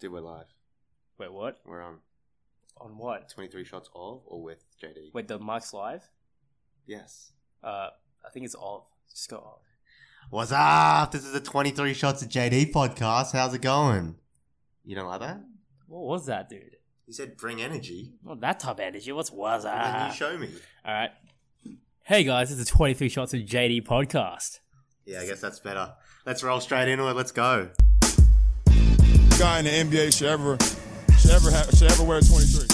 Dude, we're live. Wait, what? We're on On what? 23 shots of or with JD. Wait, the mic's live? Yes. Uh, I think it's of. Just go of. What's up? This is the 23 shots of JD podcast. How's it going? You don't like that? What was that, dude? You said bring energy. Not that type of energy. What's was And then you that? show me. All right. Hey guys, it's the 23 Shots of JD podcast. Yeah, I guess that's better. Let's roll straight into it. Let's go. guy in the NBA should ever should ever have, should ever wear 23.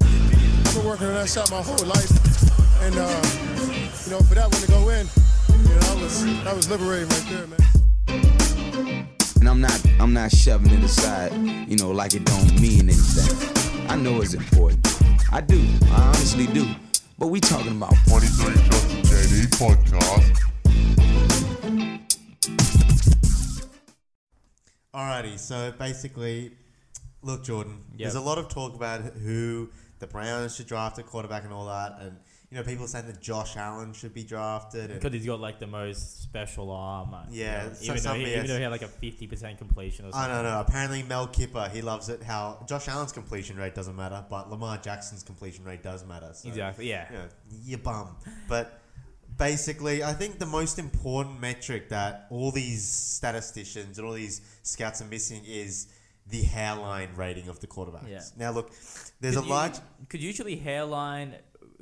I've been working on that shot my whole life, and uh, you know for that one to go in, you know that was that was liberating right there, man. And I'm not I'm not shoving it aside, you know, like it don't mean anything. I know it's important. I do. I honestly do. But we talking about 23 Shots of JD podcast. Alrighty, so basically, look, Jordan. There's a lot of talk about who the Browns should draft a quarterback and all that, and you know people are saying that Josh Allen should be drafted. And Because he's got like the most special arm. uh, Yeah, you know, so- even, though some he, BS. even though he had like a fifty percent completion or I something. don't know. Apparently, Mel Kipper he loves it how Josh Allen's completion rate doesn't matter, but Lamar Jackson's completion rate does matter. So, Exactly. Yeah. You know, you bum. But basically, I think the most important metric that all these statisticians and all these scouts are missing is the hairline rating of the quarterbacks. Yeah. Now, look, there's Could a you- large. Could usually hairline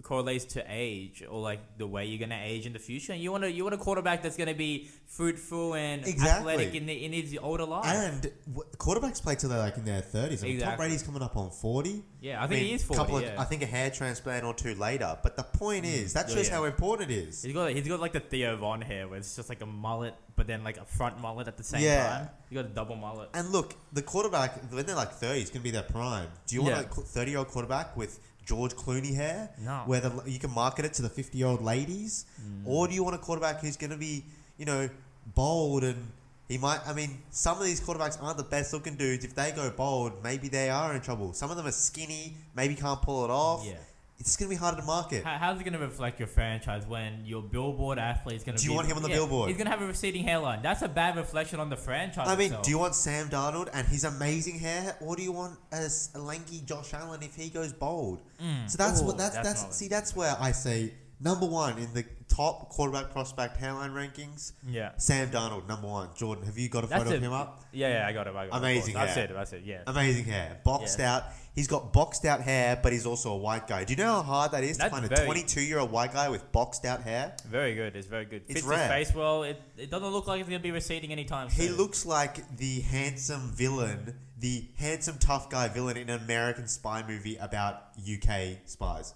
correlates to age or like the way you're gonna age in the future. And you want to you want a quarterback that's gonna be fruitful and Exactly. athletic in the in his older life. And w- quarterbacks play till they're like in their thirties. I mean, Tom Exactly. Brady's coming up on forty. Yeah, I think he is 40, Couple of, yeah. I think a hair transplant or two later. But the point is that Yeah, shows yeah. how important it is. He's got he's got like the Theo Von hair where it's just like a mullet, but then like a front mullet at the same Yeah. time. You got a double mullet. And look, the quarterback when they're like thirty is going to be their prime. Do you Yeah. want a thirty-year-old quarterback with George Clooney hair, No. Mm. where the, you can market it to the fifty-year-old ladies, or do you want a quarterback who's going to be, you know, bold and he might? I mean, some of these quarterbacks aren't the best-looking dudes. If they go bold, maybe they are in trouble. Some of them are skinny, maybe can't pull it off. Yeah. it's going to be harder to market. How, how's it going to reflect your franchise when your billboard athlete is going to? Do you be, want him on the billboard? He's going to have a receding hairline. That's a bad reflection on the franchise. I mean, itself. do you want Sam Darnold and his amazing hair, or do you want a, s- a lanky Josh Allen if he goes bold? So that's Mm. Ooh, what that's that's that's, not- see that's where I say number one in the top quarterback prospect hairline rankings. Yeah. Sam Darnold number one. Jordan, have you got a That's photo a- of him up? Yeah, yeah, I got it. I got Amazing It. I hair. said it. I said it. Yeah. Amazing hair, boxed Yeah. out. He's got boxed out hair, but he's also a white guy. Do you know how hard that is That's to find a very- 22 year old white guy with boxed out hair? Very good. It's very good. It's Fits rare. his face well. It, it doesn't look like it's gonna be receding anytime soon. He looks like the handsome villain, the handsome tough guy villain in an American spy movie about UK spies.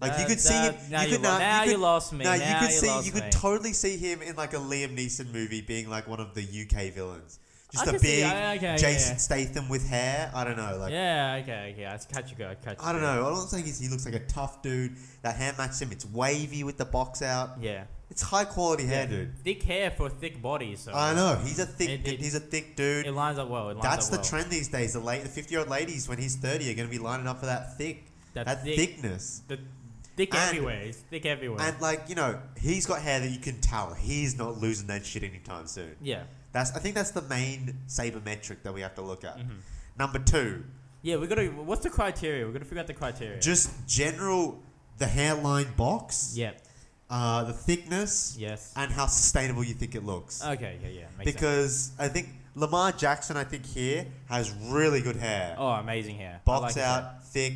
Like you That- could see him. that- now you could lo- not- now you, could, you lost me. No, you Now could see. lost you could me. totally see him in like a Liam Neeson movie, being like one of the UK villains. Just I a big can see- I- okay, yeah, Jason yeah. Statham with hair. I don't know. Like Yeah. Okay. Okay. I catch you go. I catch. I you don't go. know. All I'm saying is he looks like a tough dude. That hair matches him. It's wavy with the box out. Yeah. It's high quality hair, dude. Thick hair for a thick body. So I know. He's a thick. It- it- he's a thick dude. it lines up well. It lines That's up the well. trend these days. The late, the fifty-year-old ladies, when he's thirty, are going to be lining up for that thick, That that, thick- thickness. The thick And- everywhere. It's thick everywhere. And like you know, he's got hair that you can tell he's not losing that shit anytime soon. yeah. That's I think that's the main sabermetric that we have to look at. Mm-hmm. Number two, Yeah. We gotta. What's the criteria? We gotta figure out the criteria. just general the hairline box, yeah. uh, the thickness, Yes. and how sustainable you think it looks. Okay. Yeah. Yeah. Makes sense. because I think Lamar Jackson, I think here has really good hair. Oh, amazing hair. I like box his hair. out, thick.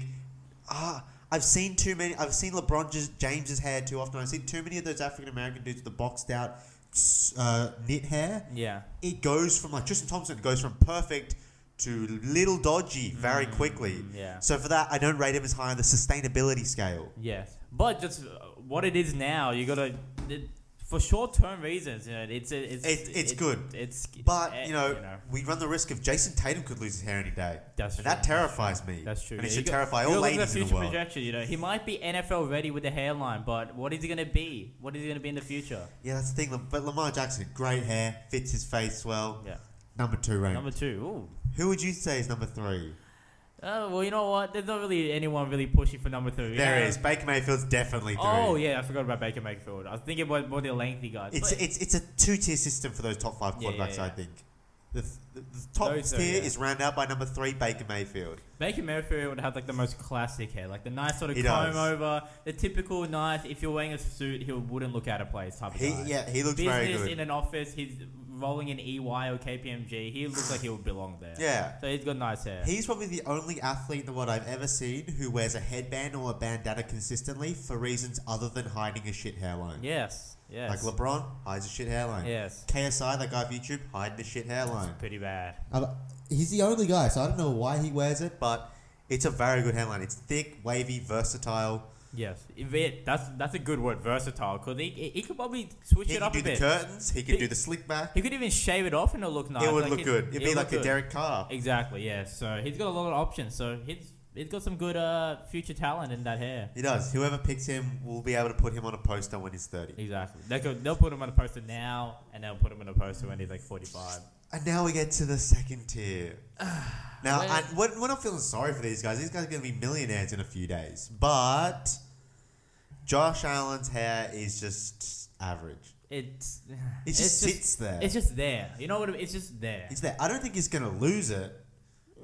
Ah, I've seen too many. I've seen LeBron just, James's hair too often. I've seen too many of those African American dudes with the boxed out s- uh, knit hair. Yeah. It goes from like Tristan Thompson goes from perfect to little dodgy very quickly. Mm, yeah. So for that, I don't rate him as high on the sustainability scale. Yes, but just uh, what it is now, you gotta it, for short-term reasons. You know, it's a- it's It- it's it- good. It's eh, But you know, we run the risk of Jason Tatum could lose his hair any day. That's and true. that terrifies me. that's true. And it Yeah, should you got- terrify you all gotta look at ladies in the future world. projection, you know, he might be NFL ready with the hairline, but what is he gonna be? What is he gonna be in the future? Yeah, that's the thing. Lam- But Lamar Jackson, great hair, fits his face well. Yeah. Number two rank. Number two. Who would you say is number three? Ooh. Uh, well, you know what? There's not really anyone really pushing for number three. There Yeah. is Baker Mayfield's definitely three. Oh yeah, I forgot about Baker Mayfield. I was thinking about more the lengthy guys. it's but- it's it's a two tier system for those top five Yeah, yeah, quarterbacks. yeah. I think The, th- the, the top Those are, tier yeah. is rounded out by number three, Baker Mayfield. Baker Mayfield would have like the most classic hair, like the nice sort of He comb does. over, the typical nice. If you're wearing a suit, he wouldn't look out of place type He, of guy. yeah, he looks Business very good. in an office, he's rolling in EY or KPMG. He looks like he would belong there. Yeah. So he's got nice hair. He's probably the only athlete in the world I've ever seen who wears a headband or a bandana consistently for reasons other than hiding a shit hairline. yes. Yes. Like LeBron hides a shit hairline. Yes. KSI, that guy off YouTube, hiding a shit hairline. Pretty bad. Uh, He's the only guy, so I don't know why he wears it, but it's a very good hairline. It's thick, wavy, versatile. Yes. If it- that's that's a good word, versatile, because he, he, he could probably switch He it can up do a the bit. curtains. He can He- do the slick back. he could even shave it off and it'll look nice. it would Like, look good. It'd be it'll like look the good. Derek Carr. Exactly, yeah. So he's got a lot of options. So he's he's got some good uh, future talent in that hair. He does. Whoever picks him will be able to put him on a poster when he's 30. Exactly. They could, they'll put him on a poster now, and they'll put him on a poster when he's like 45. And now we get to the second tier. now, Well- I, we're, we're not feeling sorry for these guys. These guys are going to be millionaires in a few days. But Josh Allen's hair is just average. It's It just it's sits there. It's just there. You know what? I mean? It's just there. It's there. I don't think he's going to lose it,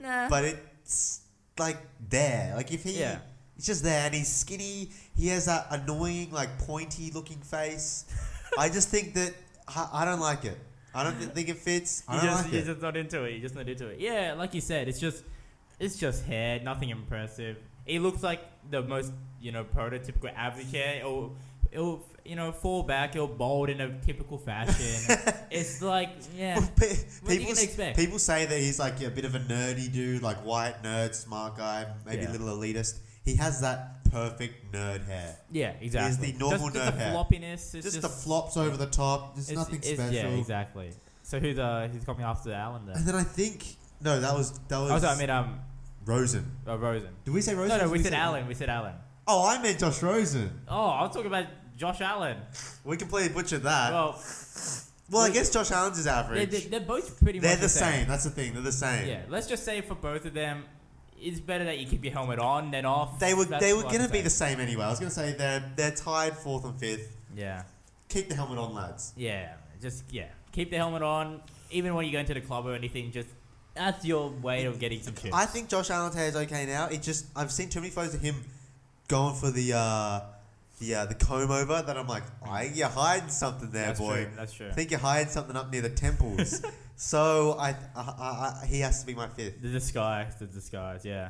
nah. but it's like there. Like if he. Yeah. It's just there, and he's skinny. He has that annoying, like pointy-looking face. I just think that I, I don't like it. I don't think it fits. I you're don't just, like you're it. just not into it. You're just not into it. Yeah, like you said, it's just it's just hair. Nothing impressive. It looks like the most you know prototypical average hair. It'll, it'll you know fall back. It'll bold in a typical fashion. it's like yeah. Well, pe- What you people, gonna s- expect? people say that he's like a bit of a nerdy dude, like white nerd, smart guy, maybe a Yeah. little elitist. He has that perfect nerd hair. Yeah, exactly. normal just, just nerd the hair. floppiness. It's Just, just the flops over the top. There's nothing special. Yeah, exactly. So who's uh who's coming after Allen then? And then I think no, that was that was Oh, sorry, I mean um Rosen. uh, Rosen. Did we say Rosen? No, Did no, we said Allen. We said Allen. Oh, I meant Josh Rosen. Oh, I was talking about Josh Allen. We completely butchered that. Well, Well, I guess Josh Allen's is they're, average. they're, They're, they're both pretty much the same. That's the thing. They're the same. Yeah, let's just say for both of them, it's better that you keep your helmet on than off. They were That's they were what I'm gonna be saying. the same anyway. I was gonna say they're they're tied fourth and fifth. Yeah, Keep the helmet on, lads. yeah, just yeah, keep the helmet on. Even when you go into the club or anything, just that's your way of getting some chips. I think Josh Allen's hair is okay now. It just I've seen too many photos of him going for the uh, the uh, the comb over that I'm like, I you're hiding something there, that's boy. True, that's true. I think you're hiding something up near the temples. so I, I, I he has to be my fifth. The disguise, the disguise, yeah.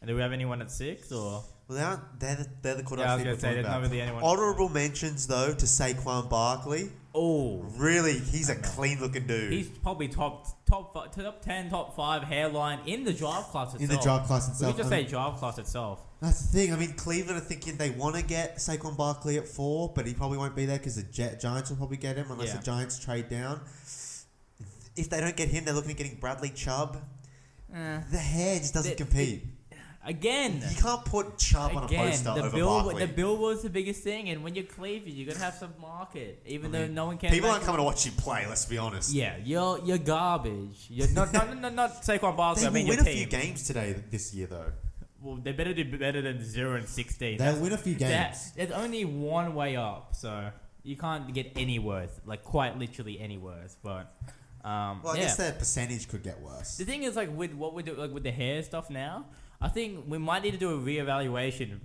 And do we have anyone at six or? Well, they aren't, they're the, they're the quarterbacks Yeah, I people was gonna say talking there's not about. really anyone. Honorable mentions though to Saquon Barkley. Oh, Really, he's a clean looking dude. he's probably top top fi- top ten, top five hairline in the draft class itself. in the draft class we itself. could just I say mean, draft class itself. that's the thing. I mean, Cleveland are thinking they want to get Saquon Barkley at four, but he probably won't be there because the Jet, Giants will probably get him unless Yeah. the Giants trade down. If they don't get him, they're looking at getting Bradley Chubb. The hair just doesn't Eh. The- compete. Again, you can't put Chubb on a Again, poster the over bill, Barkley. the bill was the biggest thing, and when you're Cleveland, you're gonna have some market, even though no one cares. People about aren't you. coming to watch you play. Let's be honest. Yeah, you're you're garbage. You're not not not, not Saquon Barkley. They I mean, will your win a team. few games today th- this year, though. Well, they better do better than zero and sixteen. They'll win a few That- games. there's only one way up, so you can't get any worse, like quite literally any worse. But um, Well, I yeah. guess their percentage could get worse. The thing is, like with what we do, like with the hair stuff now, I think we might need to do a reevaluation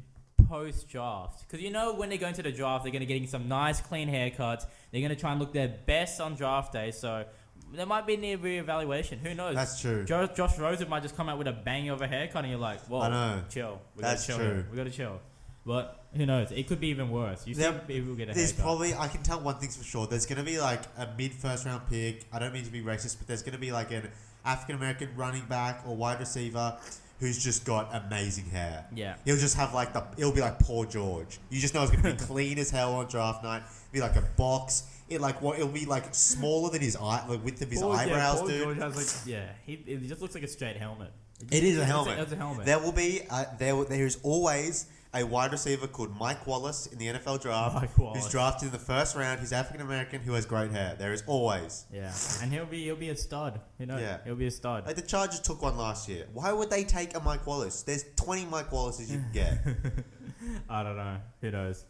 post draft because you know when they go into the draft, they're going to getting some nice clean haircuts. They're going to try and look their best on draft day, so there might be a need reevaluation. Who knows? That's true. Jo- Josh Rosen might just come out with a bang of a haircut, and you're like, "Whoa, I know. chill." We That's gotta chill true. here. We got to chill. But who knows? It could be even worse. You There- think people get a There's haircut? probably I can tell one thing's for sure. There's gonna be like a mid first round pick. I don't mean to be racist, but there's gonna be like an African American running back or wide receiver who's just got amazing hair. Yeah. He'll just have like the it'll be like poor George. You just know it's gonna be clean as hell on draft night. Be like a box. It like what it'll be like smaller than his eye the width of his Paul- yeah, eyebrows, Paul dude. George has, like- yeah, he, it just looks like a straight helmet. It is It's a helmet. It's a helmet. There will be uh, there. will- There is always a wide receiver called Mike Wallace in the NFL draft, Mike Wallace. who's drafted in the first round. He's African American who has great hair. There is always Yeah, and he'll be he'll be a stud. You know, Yeah. he'll be a stud. like the Chargers took one last year. Why would they take a Mike Wallace? There's 20 Mike Wallaces you can get. I don't know. Who knows?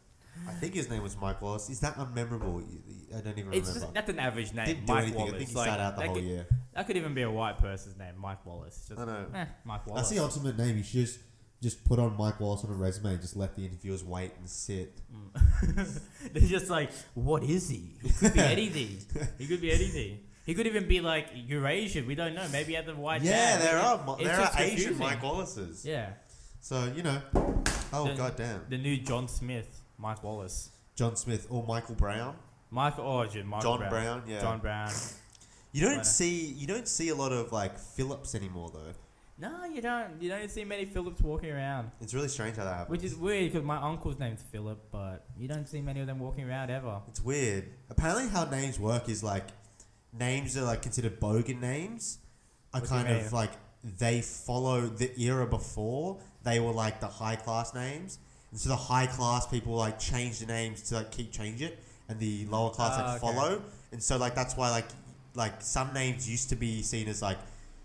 I think his name was Mike Wallace. Is that unmemorable? I don't even It's remember. just that's an average name. Didn't do Mike anything. Wallace. I think he like, sat out the that whole could- year. That could even be a white person's name, Mike Wallace. It's Just, I know. eh, Mike That's Wallace. the ultimate name. You should just just put on Mike Wallace on a resume and just let the interviewers wait and sit. They're just like, what is he? He could be anything. He could be anything. He could even be like Eurasian. We don't know. Maybe he had the white. yeah, dad. there It's are there are just Asian confusing. Mike Wallaces. Yeah, So you know, oh The- goddamn, the new John Smith, Mike Wallace, John Smith or Michael Brown, Michael Origin, Michael John Brown, Brown. yeah. John Brown. You don't Right. see you don't see a lot of like Phillips anymore though. No, you don't. You don't see many Phillips walking around, It's really strange how that happens. which is weird because my uncle's name's Philip, but you don't see many of them walking around ever. It's weird. Apparently, how names work is like names that are like considered bogan names are What do you kind of mean? like they follow the era before they were like the high class names, and so the high class people like change the names to like keep change it, and the lower class Ah, like okay. follow, and so like that's why like like some names used to be seen as like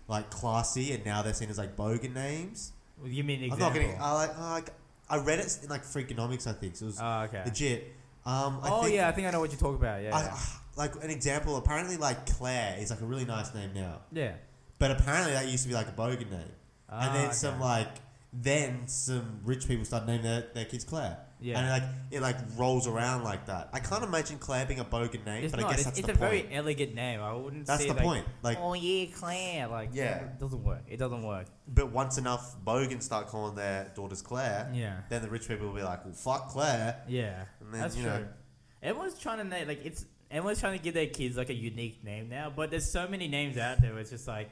like classy, and now they're seen as like bogan names. Well, Give me an example. I'm not gonna. I like. I like I read it in like Freakonomics, I think. So it was Oh, okay. legit. Um, I oh think, yeah, I think I know what you're talking about. Yeah, I, ah, like an example, apparently, like Claire is like a really nice name now, yeah. but apparently that used to be like a bogan name, and then Ah, some okay. like then some rich people start naming their, their kids Claire, Yeah. and like it like rolls around like that. I can't imagine Claire being a bogan name, It's but not. I guess it's that's it's the a point. very elegant name. I wouldn't. That's say, the like, point. Like, oh yeah, Claire. Like Yeah. it doesn't work. It doesn't work. but once enough bogans start calling their daughters Claire, Yeah. then the rich people will be like, well, fuck Claire. Yeah, And then, that's you true. know- Everyone's trying to name like it's everyone's trying to give their kids like a unique name now, but there's so many names out there. where It's just like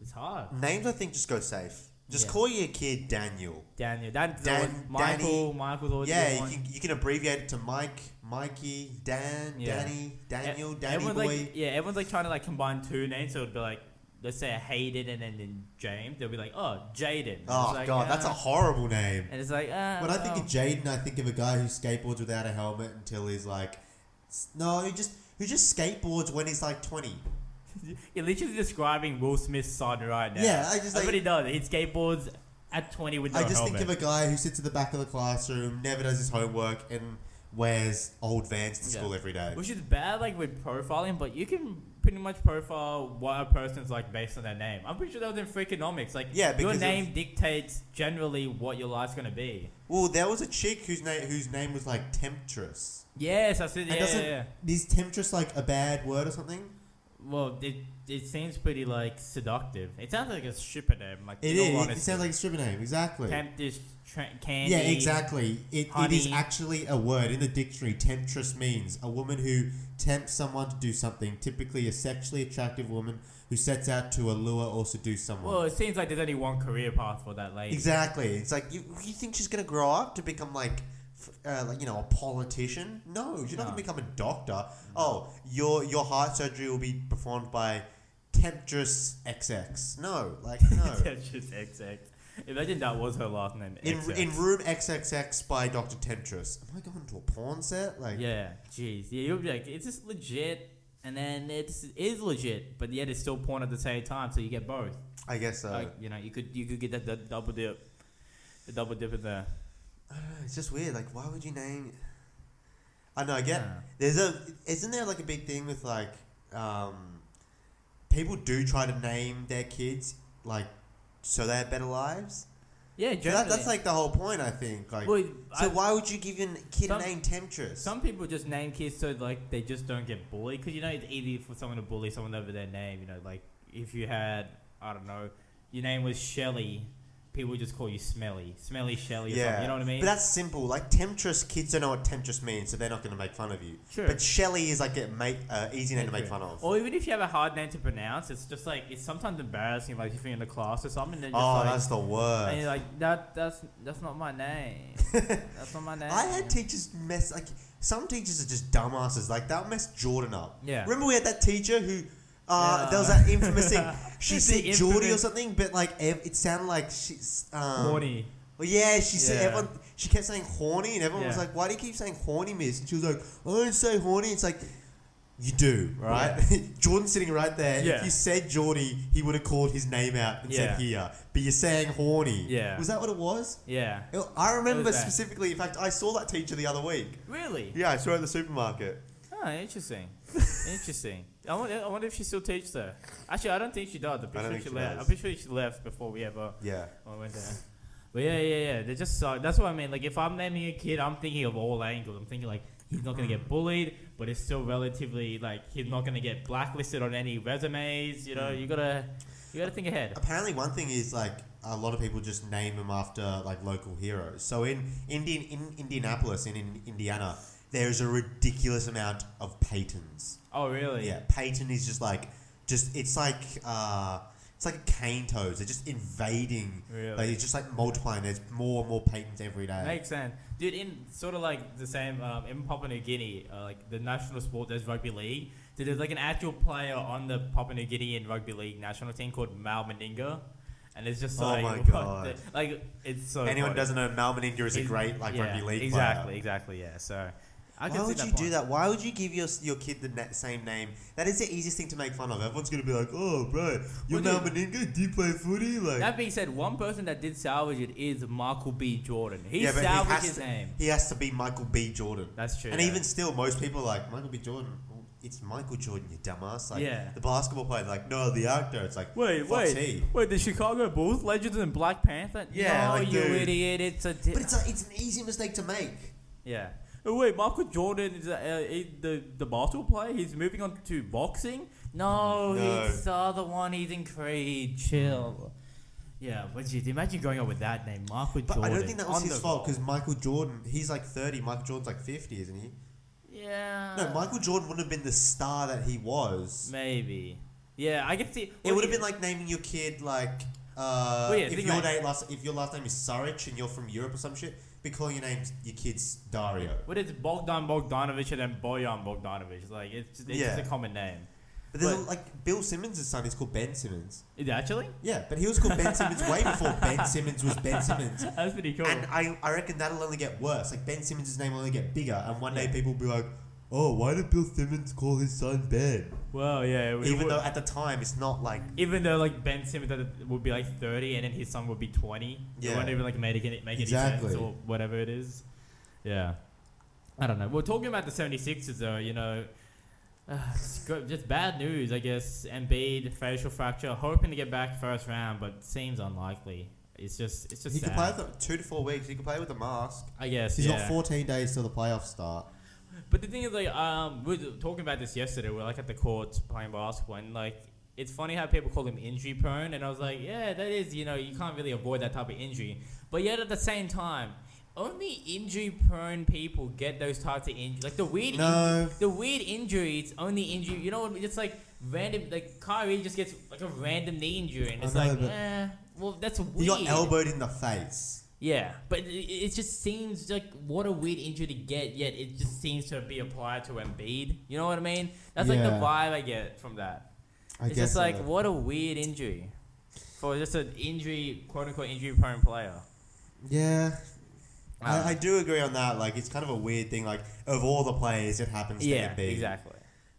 it's hard. Names, I think, just go safe. Just Yeah. call your kid Daniel. Daniel, that's Dan- always- Michael. Danny. Michael's always the Yeah, one. you, you can abbreviate it to Mike, Mikey, Dan, Yeah. Danny, Daniel, E- Danny everyone's Boy. Like, yeah, everyone's like trying to like combine two names, so it'd be like let's say Hayden and then, then James. They'll be like, oh, Jaden. It's oh like, god, that's a uh, horrible name. And it's like, uh, When I think well. of Jaden, I think of a guy who skateboards without a helmet until he's like, s- no, he just who just skateboards when he's like twenty. You're literally describing Will Smith's son right now. Yeah, I just, That's like- what he does. He skateboards at 20 with no I just helmet. think of a guy who sits at the back of the classroom, never does his homework, and wears old Vans to Yeah. school every day. Which is bad, like with profiling, but you can pretty much profile what a person's like based on their name. I'm pretty sure that was in Freakonomics. Like, Yeah, your because of- name dictates generally what your life's gonna be. Well, there was a chick whose name whose name was like Temptress. Yes, I said. And Yeah, yeah, doesn't yeah. is Temptress like a bad word or something? Well, it it seems pretty like seductive. It sounds like a stripper name. Like It in all is. It honesty. sounds like a stripper name, exactly. temptish tra- candy. yeah, exactly. It, it is honey. actually a word in the dictionary. Temptress means a woman who tempts someone to do something, typically a sexually attractive woman who sets out to allure or seduce someone. Well, it seems like there's only one career path for that lady. exactly. It's like you, you think she's gonna grow up to become like, f- uh, like you know, a politician? No, you're not No. gonna become a doctor. Oh, your your heart surgery will be performed by Temptress XX. No, like no. That's just XX. Imagine that was her last name. In, XX. in room XXX by Dr. Temptress. Am I going to a porn set? Like, yeah, jeez, yeah, you'll be like, it's just legit, and then it's it is legit, but yet it's still porn at the same time, so you get both. I guess so. like, you know, you could you could get that, that double dip, the double dip in there. It's just weird. Like, why would you name? I know. I get. Yeah. There's a. Isn't there like a big thing with like, um, people do try to name their kids like, so they have better lives. Yeah, So generally. that, that's like the whole point. I think. Like, Well, so I- why would you give your n- kid Some- a name Temptress? some people just name kids so like they just don't get bullied because you know it's easy for someone to bully someone over their name. You know, like if you had I don't know, your name was Shelly, people would just call you Smelly, Smelly Shelly. Or something, you know what I mean? But that's simple. Like temptress, kids don't know what temptress means, so they're not going to make fun of you. Sure. But Shelley is like a make uh, easy name to make fun of. Or even if you have a hard name to pronounce, it's just like it's sometimes embarrassing. Like if you're in the class or something, then just oh, like, that's the worst. and you're like that. That's that's not my name. that's not my name. I had teachers mess like some teachers are just dumbasses. Like they'll mess Jordan up. Yeah. Remember we had that teacher who uh, Yeah. there was that infamous thing. She The said Geordie or infamous- something, but like ev- it sounded like she's um, horny. Well, yeah, she said Yeah. everyone. She kept saying horny, and everyone was Yeah. like, "Why do you keep saying horny, Miss?" And she was like, "I don't say horny." It's like. You do, right? Jordan's sitting right there. If Yeah. you said Geordie, he would have called his name out and Yeah. said here. But you're saying horny. Yeah. Was that what it was? Yeah. It- I remember was that. specifically. In fact, I saw that teacher the other week. Really? Yeah, I saw her at the supermarket. Oh, interesting. Interesting. I wonder, I wonder if she still teaches though. Actually, I don't think she does. I'm I don't pretty sure think she she left. does. I'm pretty sure she left before we ever Yeah. I went there. But yeah, yeah, yeah. They just suck. That's what I mean. Like if I'm naming a kid, I'm thinking of all angles. I'm thinking like he's not gonna get bullied, but it's still relatively like he's not gonna get blacklisted on any resumes. You Hmm. know, you gotta you gotta think ahead. Apparently, one thing is like a lot of people just name them after like local heroes. So in Indian in Indianapolis in, in Indiana, there is a ridiculous amount of Paytons. Oh really? Yeah, Payton is just like just it's like uh, it's like a cane toes. They're just invading. Really? Like it's just like multiplying. There's more and more Paytons every day. Makes sense, dude. In sort of like the same um, in Papua New Guinea, uh, like the national sport, there's rugby league. So there's like an actual player on the Papua New Guinean rugby league national team called Mal Meninga, and it's just Oh like, my what the- God. like it's so. Anyone funny. doesn't know Mal Meninga is a It- great like yeah, rugby league Exactly, player. exactly. Yeah. So, I Why can see would that you do point. that? Why would you give your your kid the na- same name? That is the easiest thing to make fun of. Everyone's gonna be like, "Oh, bro, you're Well, Mal Meninga. Do you play footy?" Like, That being said, one person that did salvage it is Michael B. Jordan. He Yeah, but salvaged has his to, name. He has to be Michael B. Jordan. That's true, And yeah. even still, most people are like Michael B. Jordan. Well, It's Michael Jordan, you dumbass. Like Yeah. the basketball player, like no, the actor. It's like fuck's he? wait! The Chicago Bulls legends and Black Panther. Yeah, no, like, you dude. idiot! It's a But it's a, it's an easy mistake to make. yeah. Oh, wait, Michael Jordan is uh, uh, he- the the basketball player. He's moving on to boxing. No, No. he's the other one. He's in Creed. Chill. Yeah, but geez, imagine going up with that name, Michael But Jordan. I don't think that was on his the- fault because Michael Jordan, he's like thirty. Michael Jordan's like fifty, isn't he? Yeah. No, Michael Jordan wouldn't have been the star that he was. Maybe. Yeah, I could see. It would have been like naming your kid like uh, Well, yeah, if think your about name last if your last name is Saric and you're from Europe or some shit, be calling your names your kids Dario. What is Bogdan Bogdanovich and then Bojan Bogdanovich? Like, it's just, it's Yeah. just a common name. But there's But- like Bill Simmons' son is called Ben Simmons. Is it actually? Yeah, but he was called Ben Simmons way before Ben Simmons was Ben Simmons. That's pretty cool. And I, I reckon that'll only get worse. Like Ben Simmons' name will only get bigger, and one day people will be like, "Oh, why did Bill Simmons call his son Ben?" well, yeah. it Even would- though at the time it's not like even though like Ben Simmons at the- would be like thirty and then his son would be twenty, Yeah. yeah. it won't even like make it make Exactly. any sense or whatever it is. Yeah, I don't know. We're talking about the 76ers though. You know, uh, it's go- just bad news, I guess. Embiid facial fracture, hoping to get back first round, but seems unlikely. It's just it's just he sad. could play with two to four weeks. He could play with a mask. I guess He's yeah. got 14 days till the playoffs start. But the thing is, like, um, we were talking about this yesterday. We were like at the court playing basketball, and like, it's funny how people call him injury prone, and I was like, yeah, that is, you know, you can't really avoid that type of injury. But yet at the same time, only injury prone people get those types of injuries. Like the weird, No. inj- the weird injuries only injury. You know what? I mean? It's like random. Like Kyrie just gets like a random knee injury, and I it's know, like, but- eh, well, that's weird. He got elbowed in the face. Yeah, but it, it just seems like what a weird injury to get. Yet it just seems to be applied to Embiid. You know what I mean? That's like the Yeah. vibe I get from that. I it's guess just like so. what a weird injury for just an injury, quote unquote, injury prone player. Yeah. Um, I, I do agree on that. Like, it's kind of a weird thing. Like, of all the players, it happens to yeah, Embiid. exactly.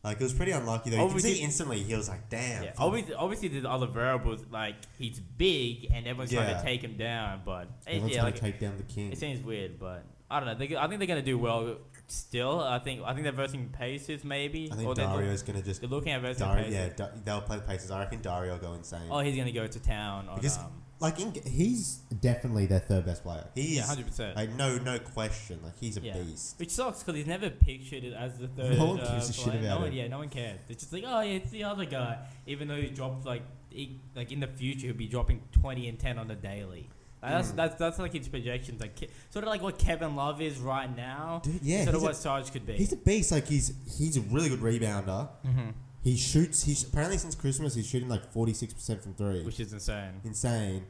Like, it was pretty unlucky, though. You can Obviously- see instantly he was like, damn. Yeah. Obviously, obviously, there's other variables like he's big and everyone's trying Yeah. to take him down, but it- Everyone's Eh, yeah, going like, to take down the king. It seems weird, but I don't know. They, I think they're gonna do well still. I think I think they're versing Pacers maybe. I think or they're, Dario's going to just... they're looking at versing Dario, Pacers. yeah, Da- they'll play the Pacers. I reckon Dario will go insane. Oh, he's gonna go to town on because, um, like, in, he's definitely their third best player. He's, yeah, hundred percent. Like, no, no question. Like, he's a Yeah, beast. which sucks because he's never pictured it as the third. No one uh, gives a shit player. No about one- him. Yeah, no one cares. It's just like, oh, yeah, it's the other guy. Even though he dropped like, he, like in the future, he'll be dropping twenty and ten on the daily. Like, Mm. that's that's that's like his projections, like Ke- sort of like what Kevin Love is right now. Dude, yeah, sort of he's a- what Sarge could be. He's a beast. Like he's he's a really good rebounder. Mm-hmm. He shoots. He's apparently since Christmas he's shooting like forty six percent from three. which is insane. Insane.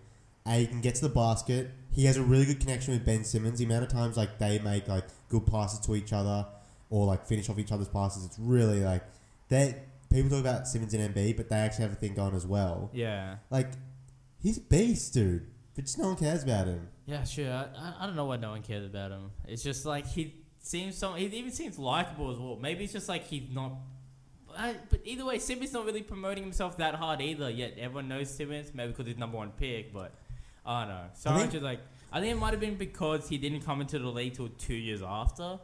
And he can get to the basket. He has a really good connection with Ben Simmons. The amount of times like they make like good passes to each other or like finish off each other's passes, it's really like that. People talk about Simmons and MB, but they actually have a thing going as well. Yeah. Like he's a beast, dude. But just no one cares about him. Yeah, sure. I, I- I don't know why no one cares about him. It's just like he seems so. He even seems likable as well. Maybe it's just like he's not. I, but either way, Simmons not really promoting himself that hard either. Yet everyone knows Simmons, maybe because he's number one pick. But I don't know. So I I think- just like I think it might have been because he didn't come into the league till two years after,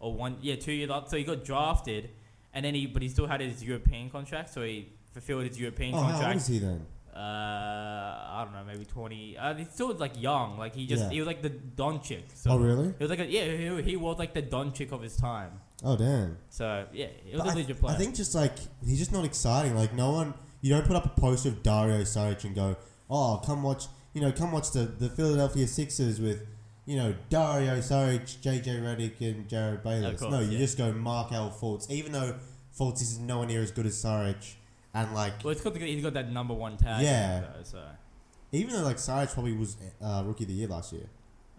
or one yeah two years after. So he got drafted, and then he but he still had his European contract, so he fulfilled his European Oh, how old contract. is he then? Uh, I don't know, maybe twenty. Uh, he's still like young. Like he just Yeah. he was like the Doncic. So Oh, really? He was like a, yeah, he, he was like the Doncic of his time. Oh, damn. So yeah, he was But a I, legit player. I think just like he's just not exciting. Like no one, you don't put up a post of Dario Saric and go, "Oh, come watch, you know, come watch the, the Philadelphia Sixers with, you know, Dario Saric, JJ Redick, and Jared Bayless." course, no, you yeah. just go Markel Fultz, even though Fultz is nowhere near as good as Saric, and like well, it's good that he's got that number one tag. Yeah. Though, so. even though like Saric probably was uh, rookie of the year last year.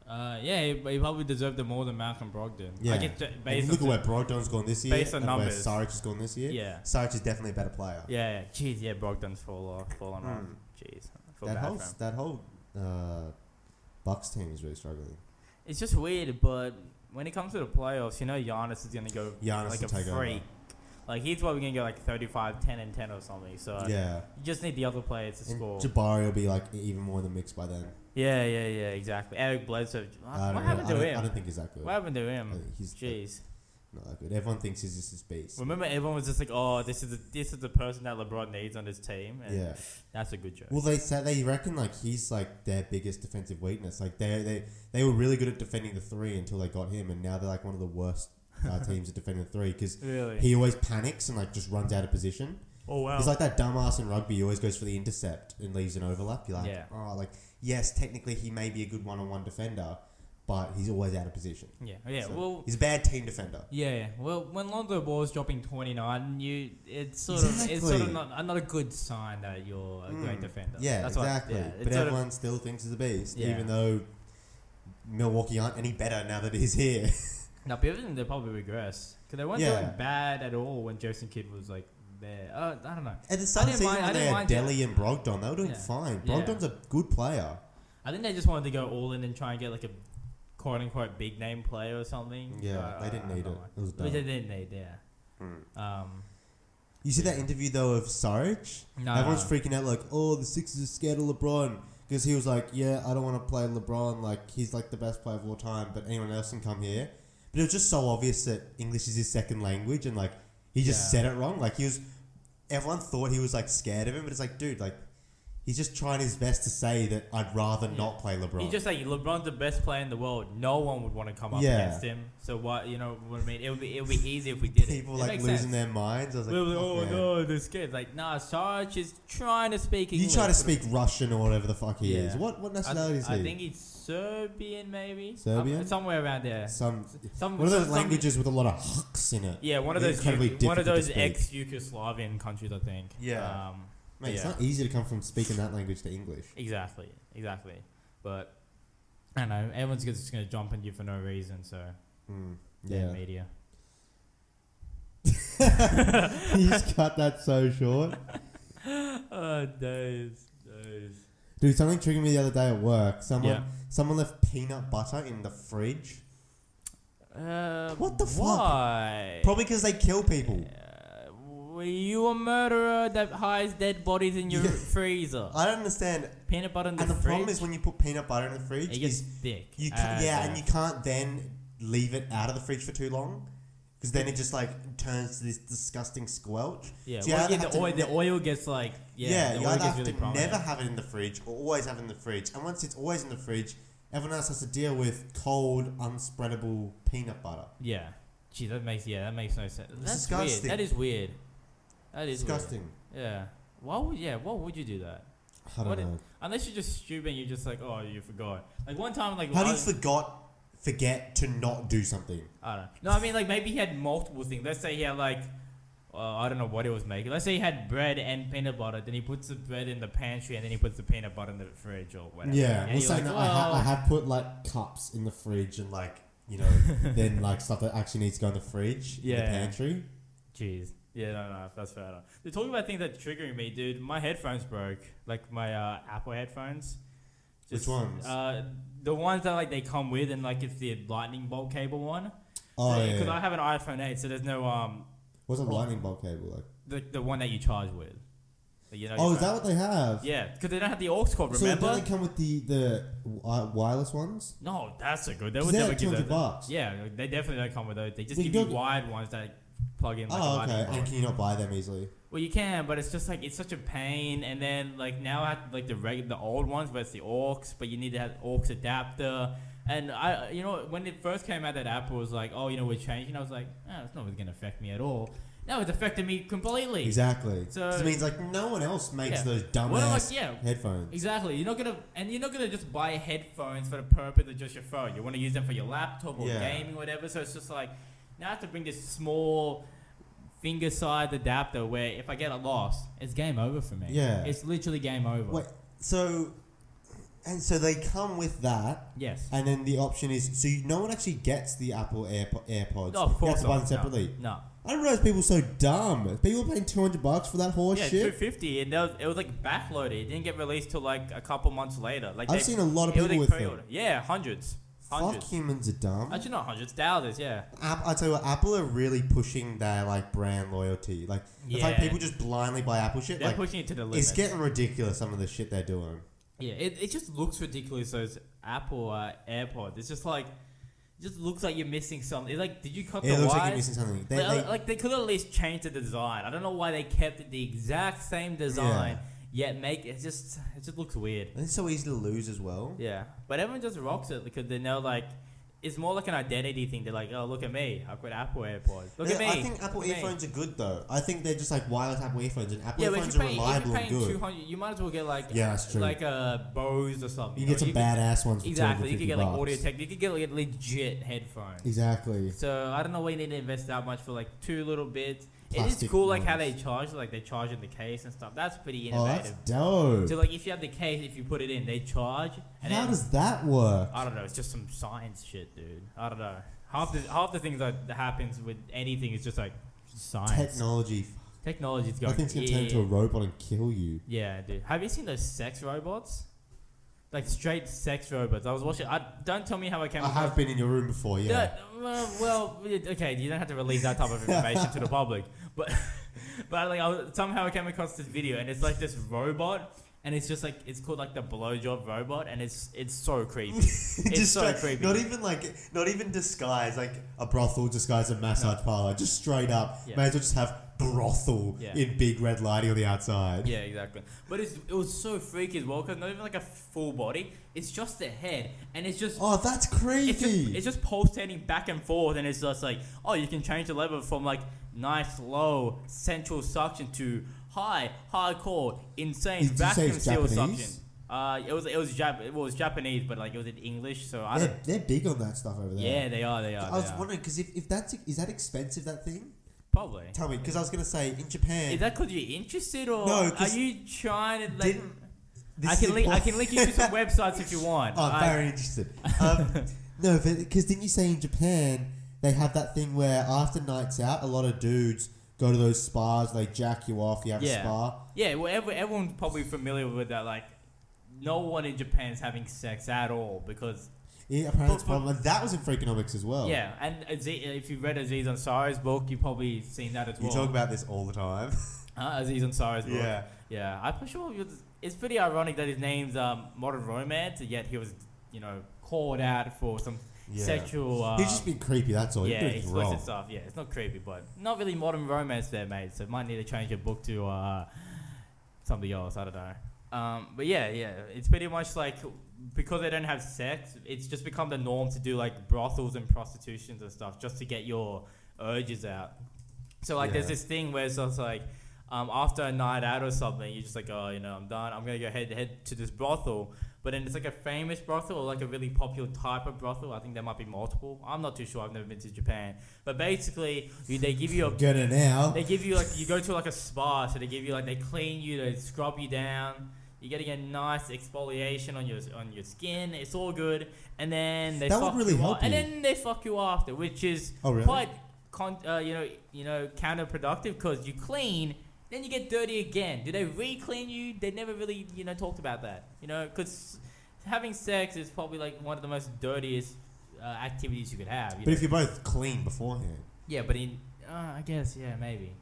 Uh, yeah, he, he probably deserved it more than Malcolm Brogdon. Yeah, Like it's, uh, And based look at on where Brogdon's gone this year, based on and where numbers. Saric has gone this year. Yeah. Saric is definitely a better player. Yeah, yeah. Jeez, yeah, Brogdon's fall off, fallen Hmm. off. Jeez. I feel that bad whole for him. that whole uh, Bucks team is really struggling. It's just weird, but when it comes to the playoffs, you know Giannis is going to go Giannis like will a take freak. over. Like, he's probably going to go like 35, 10, and 10 or something. So yeah, you just need the other players to and score. Jabari will be like e-, even more than mixed by then. yeah, yeah, yeah, exactly. Eric Bledsoe. I Uh, What don't know. happened to I don't, him? I don't think he's that good. what happened to I him? think he's Jeez. not that good. Everyone thinks he's just this beast. Remember, everyone was just like, "Oh, this is the, this is the person that LeBron needs on his team," and Yeah. that's a good joke. Well, they said they reckon like he's like their biggest defensive weakness. Like they they they were really good at defending the three until they got him, and now they're like one of the worst uh, teams at defending the three because really? he always panics and like just runs out of position. oh wow. He's like that dumbass in rugby. He always goes for the intercept and leaves an overlap. You're like, Yeah. oh, like yes, technically he may be a good one-on-one defender, but he's always out of position. yeah, yeah. So, well, he's a bad team defender. yeah, yeah. Well, when Lonzo Ball's dropping twenty nine, you it's sort of it's sort of Exactly. Mm. not not a good sign that you're a great defender. Yeah, that's what- exactly. yeah, it's but sort of- everyone still thinks he's a beast, Yeah. even though Milwaukee aren't any better now that he's here. no, but everything they probably regress because they weren't Yeah. doing bad at all when Jason Kidd was like there. Uh, I don't know. At the start of the didn't season, mind- I when they didn't had mind it. Delhi and Brogdon. They were doing Yeah. fine. Yeah. Brogdon's a good player. I think they just wanted to go all in and try and get like a quote unquote big name player or something. Yeah, Uh, they didn't I need don't it. Hmm. know. It was They dumb. didn't need, yeah. Um, You see that interview though of Saric? No. Everyone's freaking out like, oh, the Sixers are scared of LeBron because he was like, yeah, I don't want to play LeBron. Like he's like the best player of all time, but anyone else can come here. But it was just so obvious that English is his second language, and like he just Yeah. said it wrong. Like he was, everyone thought he was like scared of him, but it's like, dude, like he's just trying his best to say that I'd rather not play LeBron. He's just like LeBron's the best player in the world. No one would want to come up Yeah. against him. So what you know what I mean? It would be it would be easy if we did it. People It like makes losing sense. their minds. I was like, We were like, "Fuck, oh man." no, they're scared. Like nah, Sarge is trying to speak English. You try to speak Russian or whatever the fuck he Yeah. is. What what I, nationality is he? I think he's Serbian, maybe Serbian? Um, somewhere around there. some Some one of those some- languages with a lot of hooks in it. Yeah, one of They're those incredibly Yu- one of difficult to those speak. ex Yugoslavian countries, I think. Yeah. Um, Mate, It's yeah. not easy to come from speaking that language to English. Exactly, exactly. But I don't know. Everyone's just going to jump on you for no reason. So Mm, yeah, yeah, media. you just cut that so short, Oh, days, days. dude. Something triggered me the other day at work. Someone Yeah. someone left peanut butter in the fridge. Uh, What the fuck? Why? Probably because they kill people. Uh, were you a murderer that hides dead bodies in your Yeah. freezer? I don't understand. Peanut butter in the, And the fridge. problem is when you put peanut butter in the fridge, it gets is thick. you Uh, ca- yeah, and you can't then leave it out of the fridge for too long. Because then it just like turns to this disgusting squelch. yeah. So you well, either yeah, have the to oil, ne- the oil gets like yeah, Yeah, the you oil either gets have really to prominent. never have it in the fridge or always have it in the fridge. And once it's always in the fridge, everyone else has to deal with cold, unspreadable peanut butter. Yeah. Gee, that makes yeah, that makes no sense. That's disgusting. weird. That is weird. That is disgusting. Disgusting. Yeah. Why would yeah? Why would you do that? I don't What i- know. Unless you're just stupid, and you're just like, oh, you forgot. Like one time, like How I, do you forgot, forget to not do something? I don't know. No, I mean like maybe he had multiple things. Let's say he had like. Uh, I don't know what he was making. Let's say he had bread and peanut butter. Then he puts the bread in the pantry, and then he puts the peanut butter in the fridge or whatever. Yeah, and well, you're saying like, that I, ha- "Well, I have put like cups in the fridge and like you know then like stuff that actually needs to go in the fridge in Yeah. the pantry. Jeez. Yeah, no, no, that's fair enough. They're talking about things that are triggering me, dude. My headphones broke. Like my uh, Apple headphones. Which ones? Uh, the ones that like they come with, and like it's the lightning bolt cable one. Oh yeah, Because yeah. I have an iPhone 8, so there's no um what's a lightning bolt cable like? the, the one that you charge with. Like, you know, Oh, your is that phone. what they have? Yeah, because they don't have the aux cord. So Remember? don't they come with the the uh, wireless ones? no, that's so good. They 'Cause would they're never like give 200 that. bucks. Yeah, like, they definitely don't come with those. They just Well, you give you don't- wired ones that plug in like a oh, large okay. plug. And can you not buy them easily? Well, you can, but it's just like it's such a pain. And then like now I have like the reg- the old ones, but it's the aux. But you need to have aux adapter. And I, you know, when it first came out that Apple was like, oh, you know, we're changing. I was like, oh, it's not really gonna affect me at all. No, it's affected me completely. Exactly. So- So it means like no one else makes Yeah. those What am I- dumbass yeah. headphones. Exactly. You're not gonna, and you're not gonna just buy headphones for the purpose of just your phone. You want to use them for your laptop or Yeah. gaming, or whatever. So it's just like now I have to bring this small finger size adapter where if I get it lost, it's game over for me. Yeah. it's literally game over. Wait, so and so they come with that, Yes. and then the option is so you, no one actually gets the Apple Airpo- AirPods. No, of you course have to not. buy them separately. No. I didn't realize people were so dumb. People paying two hundred bucks for that no. horse Yeah, two Oh, shit. fifty, and that was, it was like backloaded. It didn't get released till like a couple months later. Like I've they- seen a lot of it people was, like, with them. pre-order. Yeah, hundreds, Fuck hundreds. humans are dumb. Actually, not hundreds, thousands. Yeah. App, I tell you what, Apple are really pushing their like brand loyalty. Like it's like Yeah. people just blindly buy Apple shit. They're like pushing it to the limit. it's getting ridiculous. Some of the shit they're doing. Yeah, it, it just looks ridiculous. Those Apple uh, AirPods. It's just like, it just looks like you're missing something. It's like, did you cut Yeah, it the looks wires? like you're missing something. They, like, they- like, they could at least change the design. I don't know why they kept it the exact same design, yet make it just it just looks weird. and it's so easy to lose as well. Yeah, but everyone just rocks it because they know like. It's more like an identity thing. They're like, oh, look at me. I've got Apple AirPods. Look at me. Yeah, I think Apple Look at me." earphones are good though. I think they're just like wireless Apple earphones, and Apple Yeah, but if earphones you're are paying, if reliable you're and paying good. 200 you might as well get like, Yeah, that's true. like a Bose or something. You can get know? some badass ones. For Exactly, 250 you could get like bucks. audio tech. You could get like a legit headphone. Exactly. So I don't know why you need to invest that much for like two little bits. it is Plastic cool, like how they ones. charge, like they charge in the case and stuff. That's pretty Oh, that's innovative. dope. so like if you have the case, if you put it in, they charge. And How then, does that work? I don't know. It's just some science shit, dude. I don't know. Half the half the things that that happens with anything is just like science. Technology. Technology's I going. think it's gonna turn into a yeah. robot and kill you. Yeah, dude. Have you seen those sex robots? Like straight sex robots. I was watching. I don't tell me how I came. I across have been in your room before. Yeah. Yeah. well, it- okay, you don't have to release that type of information to the public, but but like I was, somehow I came across this video and it's like this robot. And it's just like it's called like the blowjob robot, and it's it's so creepy. it's so straight, creepy. Not e- even like, not even disguise like a brothel disguise a massage parlor. Just straight up, Yeah. may as well just have brothel Yeah. in big red lighting on the outside. yeah, exactly. But it's it was so freaky as well because not even like a full body. It's just the head, and it's just Oh, that's creepy. it's just, it's just pulsating back and forth, and it's just like, oh, you can change the level from like nice, low, central suction to high, hardcore, insane Did you say vacuum it's seal Japanese? suction. Uh, it was it was Jap- it was Japanese, but like it was in English, so I don't. they're, they're big on that stuff over there. Yeah, they are. They are. I they was are. wondering because if, if that's is that expensive that thing? probably. Tell me because I was gonna say in Japan. Is that because you're interested, or No, are 'cause you trying to? Like, didn't- I is can link. I important. can link you to some websites if you want. Oh, I'm I- very interested. Um, no, because didn't you say in Japan they have that thing where after nights out, a lot of dudes go to those spas, they jack you off, you have Yeah. a spa. Yeah, well, every, everyone's probably familiar with that. Like, no one in Japan's having sex at all because Yeah, apparently it's But- but- problem. and that was in Freakonomics as well. yeah, and Aziz, if you read Aziz Ansari's book, you probably seen that as You well. talk about this all the time. Huh? Aziz Ansari's book. yeah. yeah. I'm pretty sure you- it's pretty ironic that his name's um, Modern Romance, yet he was, you know, called out for some Yeah. sexual. Um, He's just been creepy, that's all. yeah, You're doing explicit wrong. stuff. Yeah, it's not creepy, but not really modern romance there, mate. So might need to change your book to uh, something else. I don't know. Um, but yeah, yeah, it's pretty much like because they don't have sex, it's just become the norm to do like brothels and prostitutions and stuff just to get your urges out. So like, there's Yeah. this thing where it's just like. Um, after a night out or something, you're just like, oh, you know, I'm done. I'm gonna go head head to this brothel, but then it's like a famous brothel or like a really popular type of brothel. I think there might be multiple. I'm not too sure. I've never been to Japan, but basically, you, they give you a Get it now. they give you like you go to like a spa, so they give you like they clean you, they scrub you down. You're getting a nice exfoliation on your on your skin. It's all good, and then they That would fuck really you help up, and you. then they fuck you after, which is Oh, really? quite con- uh, you know you know counterproductive because you clean, then you get dirty again. Do they re-clean you? They never really you know talked about that. You know because having sex is probably like one of the most dirtiest uh, activities you could have. you But know? if you're both clean beforehand. Yeah, but in uh, I guess yeah maybe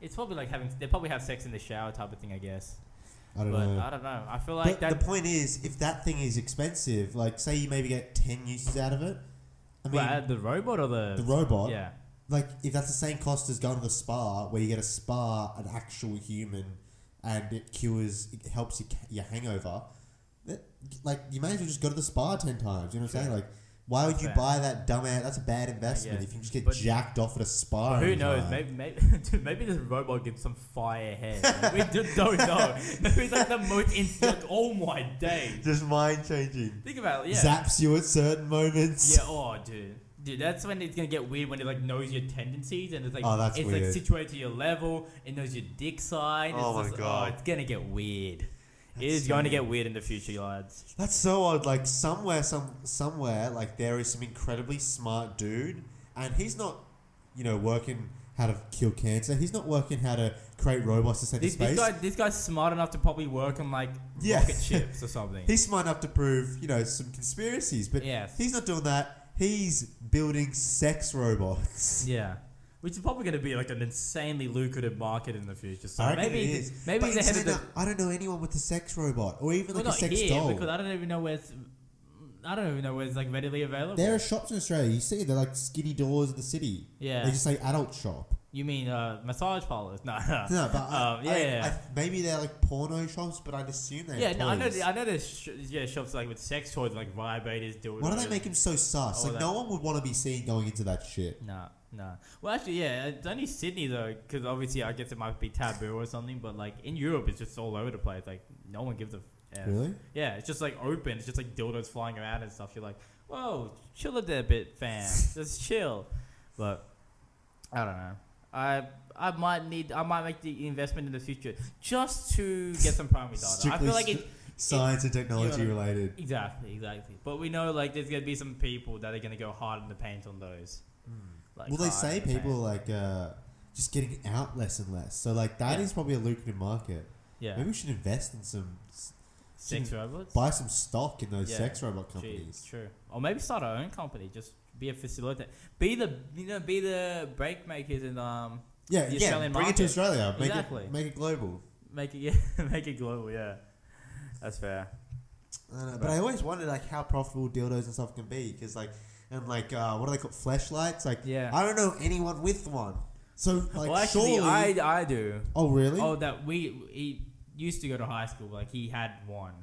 it's probably like having they probably have sex in the shower type of thing I guess. I don't but know. I don't know. I feel but like that. the point is, if that thing is expensive, like say you maybe get ten uses out of it. I mean, well, uh, the robot or the the robot. Yeah, like if that's the same cost as going to the spa where you get a spa an actual human and it cures it helps your, ca- your hangover that, like you may as well just go to the spa 10 times you know what I'm saying like why would you Fair. buy that dumb ass that's a bad investment guess. if you just get But- jacked off at a spa uh, Who every knows? time. Maybe, maybe, dude, maybe this robot gives some fire hair. man. we just don't know. Maybe it's like the most instant. Oh my days! just mind changing Think about it. Yeah. zaps you at certain moments Yeah. Oh, dude. Dude, that's when it's gonna get weird when it like knows your tendencies and it's like Oh, that's it's weird. like situated to your level. It knows your dick sign. It's Oh my just- God. Oh, it's gonna get weird. it That's is so going to get weird in the future, lads. That's so odd. Like somewhere, some somewhere, like there is some incredibly smart dude, and he's not, you know, working how to cure cancer. He's not working how to create robots to send This, to space. this guy, this guy's smart enough to probably work on like Yeah. rocket ships or something. he's smart enough to prove, you know, some conspiracies, but Yes. he's not doing that. He's building sex robots. Yeah. Which is probably going to be like an insanely lucrative market in the future. So I reckon maybe it he's- is. maybe but he's ahead of instead the. of- I don't know anyone with a sex robot or even like Well, a not sex here doll. because I don't even know where it's. I don't even know where it's like readily available. There are shops in Australia. You see, they're like skinny doors in the city. Yeah. they just say adult shop. you mean uh, massage parlors? No, no. No, but um, yeah, I, yeah. I, maybe they're like porno shops, but I'd assume they. yeah, have no, I know. toys. I know there's sh- yeah shops like with sex toys like vibrators, dildos. Why do they make him so sus? Oh, like that- no one would want to be seen going into that shit. Nah, nah. Well, actually, yeah, it's only Sydney though, because obviously I guess it might be taboo or something. But like in Europe, it's just all over the place. Like no one gives a. F. Really? Yeah, it's just like open. It's just like dildos flying around and stuff. You're like, whoa, chill a bit, bit, fam. just chill. But I don't know. I I might need. I might make the investment in the future just to get some primary data. I Strictly feel like it. Science and technology you know- related. Exactly, exactly. But we know like there's gonna be some people that are gonna go hard in the paint on those. Like, Hmm. well, they hard say in the paint. people are like uh, just getting out less and less. So like that is Yeah. probably a lucrative market. Yeah. Maybe we should invest in some, s- Six robots? buy some stock in those Yeah. sex robot Gee, companies. true. Or maybe start our own company. Just be a facilitator. Be the you know be the break makers and um Yeah, yeah. The Bring Australian it to market. Australia. Make Exactly. it make it global. make it yeah, make it global. Yeah, that's fair. I don't know, but I always wondered like how profitable dildos and stuff can be because like and like uh, what are they called flashlights? Like Yeah. I don't know anyone with one. So like well, actually, surely I I do. oh really? Oh, that we he used to go to high school. Like he had one.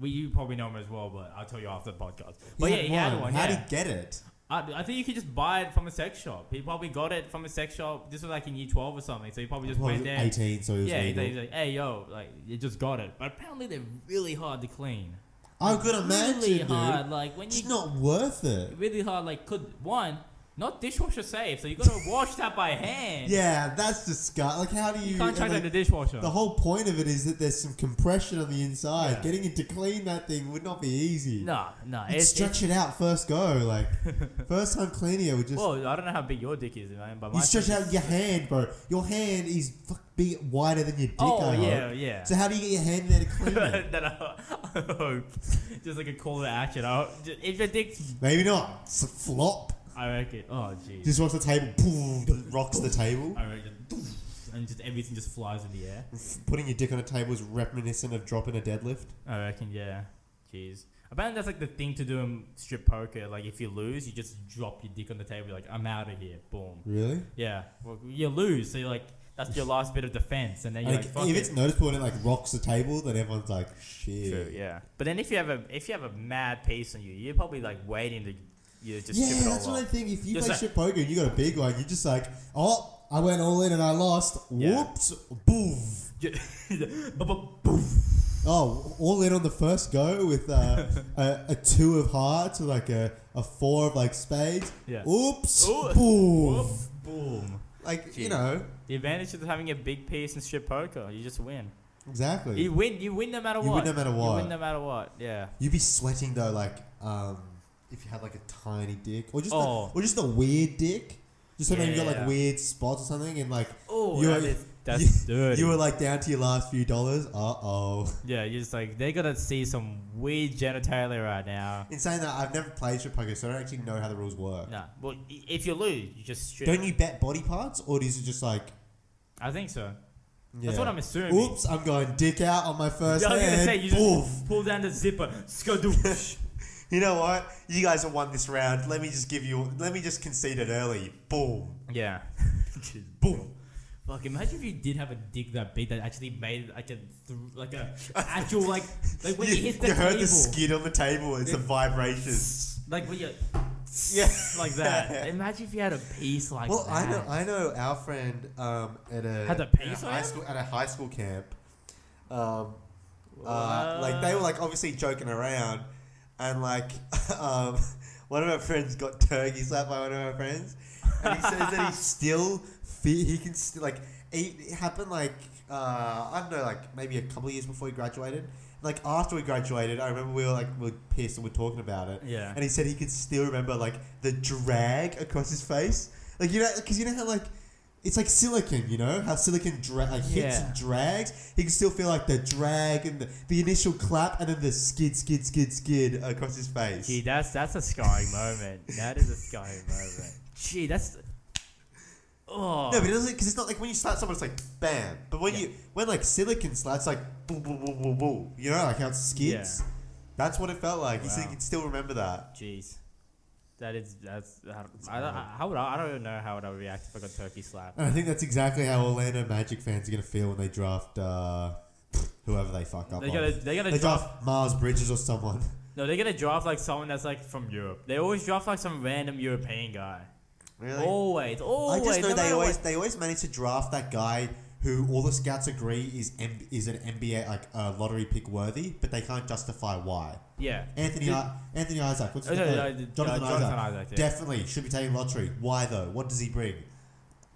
We you probably know him as well, but I'll tell you after the podcast. But yeah, he had one. How yeah. did he get it? I, I think you could just buy it from a sex shop. He probably got it from a sex shop. This was like in year twelve or something. So he probably just Well, went there. eighteen, so he was Yeah, he's legal. like, he's like, hey yo, like you just got it. But apparently they're really hard to clean. I could imagine, really dude. hard. Like when It's you not worth it. really hard. Like could one not dishwasher safe, so you gotta wash that by hand. Yeah, that's disgusting. Like how do you? you can't chuck and, that in like, the dishwasher. the whole point of it is that there's some compression on the inside. Yeah. Getting it to clean that thing would not be easy. nah, nah. You'd It's, it's, stretch it out first go. Like first time cleaning it would just well, I don't know how big your dick is, man. But my You stretch dick out is- your hand, bro. Your hand is fuck big, wider than your dick. Oh I yeah, hope. yeah. So how do you get your hand in there to clean it? that I, I hope, just like a call to action. I hope, ju- if your dick's, Maybe not. It's a flop. I reckon. Oh jeez, Just rocks the table. Boom, rocks the table. I reckon, and just everything just flies in the air. Putting your dick on a table is reminiscent of dropping a deadlift. I reckon, yeah. Jeez. Apparently that's like the thing to do in strip poker. Like if you lose, you just drop your dick on the table. You're like, I'm out of here. Boom. Really? Yeah. Well, you lose, so you're like, that's your last bit of defense, and then you're Like, like, fuck if it. it's noticeable and it like rocks the table, then everyone's like, shit. True, yeah. But then if you have a if you have a mad piece on you, you're probably like waiting to you just Yeah, chip it that's all what I off. think. If you Just play like- shit poker and you got a big one, you're just like, oh, I went all in and I lost. Yeah. Whoops. Boof. Oh, all in on the first go with uh, a, a two of hearts, with like a, a four of like spades. Yeah. Oops. Ooh. Boom. Whoop, boom. Like you Gee. know The advantage of having a big piece in strip poker, you just win. exactly. You win. You win no matter You win what. no matter You what. win no matter what. Yeah. You'd be sweating though, like um, if you had like a tiny dick or just Oh. a, or just a weird dick. Just so maybe you got like Yeah. weird spots or something, and like Oh, you that were, is- that's you, dirty. you were like down to your last few dollars. Uh oh. Yeah, you're just like they gotta see some weird genitalia right now. In saying that, I've never played strip poker, so I don't actually know how the rules work. Nah, well, i- if you lose, you just strip. Don't you bet body parts, or is it just like? I think yeah. so. That's what I'm assuming. Oops, I'm going dick out on my first Yeah, I was gonna hand. say you Oof. just pull down the zipper, skadoosh. you know what? You guys have won this round. Let me just give you. Let me just concede it early. Boom, Yeah. boom. Fuck! Imagine if you did have a dick that big that actually made like a th- like a actual like like when you, hit the you table, heard the skid on the table. It's the Yeah. vibrations. like when you Yeah, like that. Imagine if you had a piece like Well, that. I know, I know our friend um, at a Had a at penis on high him? school at a high school camp. Um, uh, like they were like obviously joking around, and like um, one of our friends got turkey slapped by one of our friends, and he says that he still fe- he can still like it it happened like uh, I don't know like maybe a couple of years before he graduated. Like after we graduated, I remember we were like we were pissed and we are talking about it. Yeah. And he said he could still remember like the drag across his face, like you know, because you know how like it's like silicon, you know how silicon dra- like hits Yeah. and drags. He can still feel like the drag and the, the initial clap, and then the skid, skid, skid, skid across his face. Gee, that's that's a scarring moment. That is a scarring moment. Gee, that's oh No, but it doesn't because it's not like when you slap someone, it's like bam. But when Yeah. you when like silicon slaps, like boom, boom, boom, boom, boom. You know, like how it skids. That's what it felt like. He said he Wow. can still remember that. jeez. That is that's I don't, I, don't, how would I, I don't even know how would I react if I got turkey slapped. And I think that's exactly how Orlando Magic fans are gonna feel when they draft uh, whoever they fuck up. They're gonna on. they're gonna Oh, They draft draft Miles Bridges or someone. no they're gonna draft like someone that's like from Europe. They always draft like some random European guy. Always, I always. just know no they matter always what. they always manage to draft that guy who all the scouts agree is M- is an NBA like uh, lottery pick worthy, but they can't justify why. yeah. Anthony I- Anthony Isaac, what's Oh, his no, name? no, no, Jonathan, Jonathan Isaac. Isaac, yeah. Definitely should be taking lottery. Why though? What does he bring?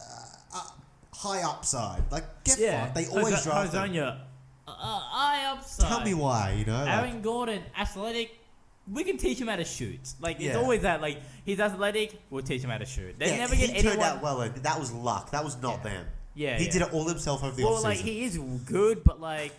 Uh, uh, high upside. Like get yeah. fucked. They always Hozo- draft. him. Hozonia, uh, uh, I upside. Tell me why. You know. Like, Aaron Gordon, athletic. We can teach him how to shoot. Like Yeah. it's always that. Like he's athletic. We'll teach him how to shoot. They yeah, never he get turned anyone. out well. and That was luck. That was not them. Yeah, He yeah. did it all himself over the well, offseason. like he is good, but like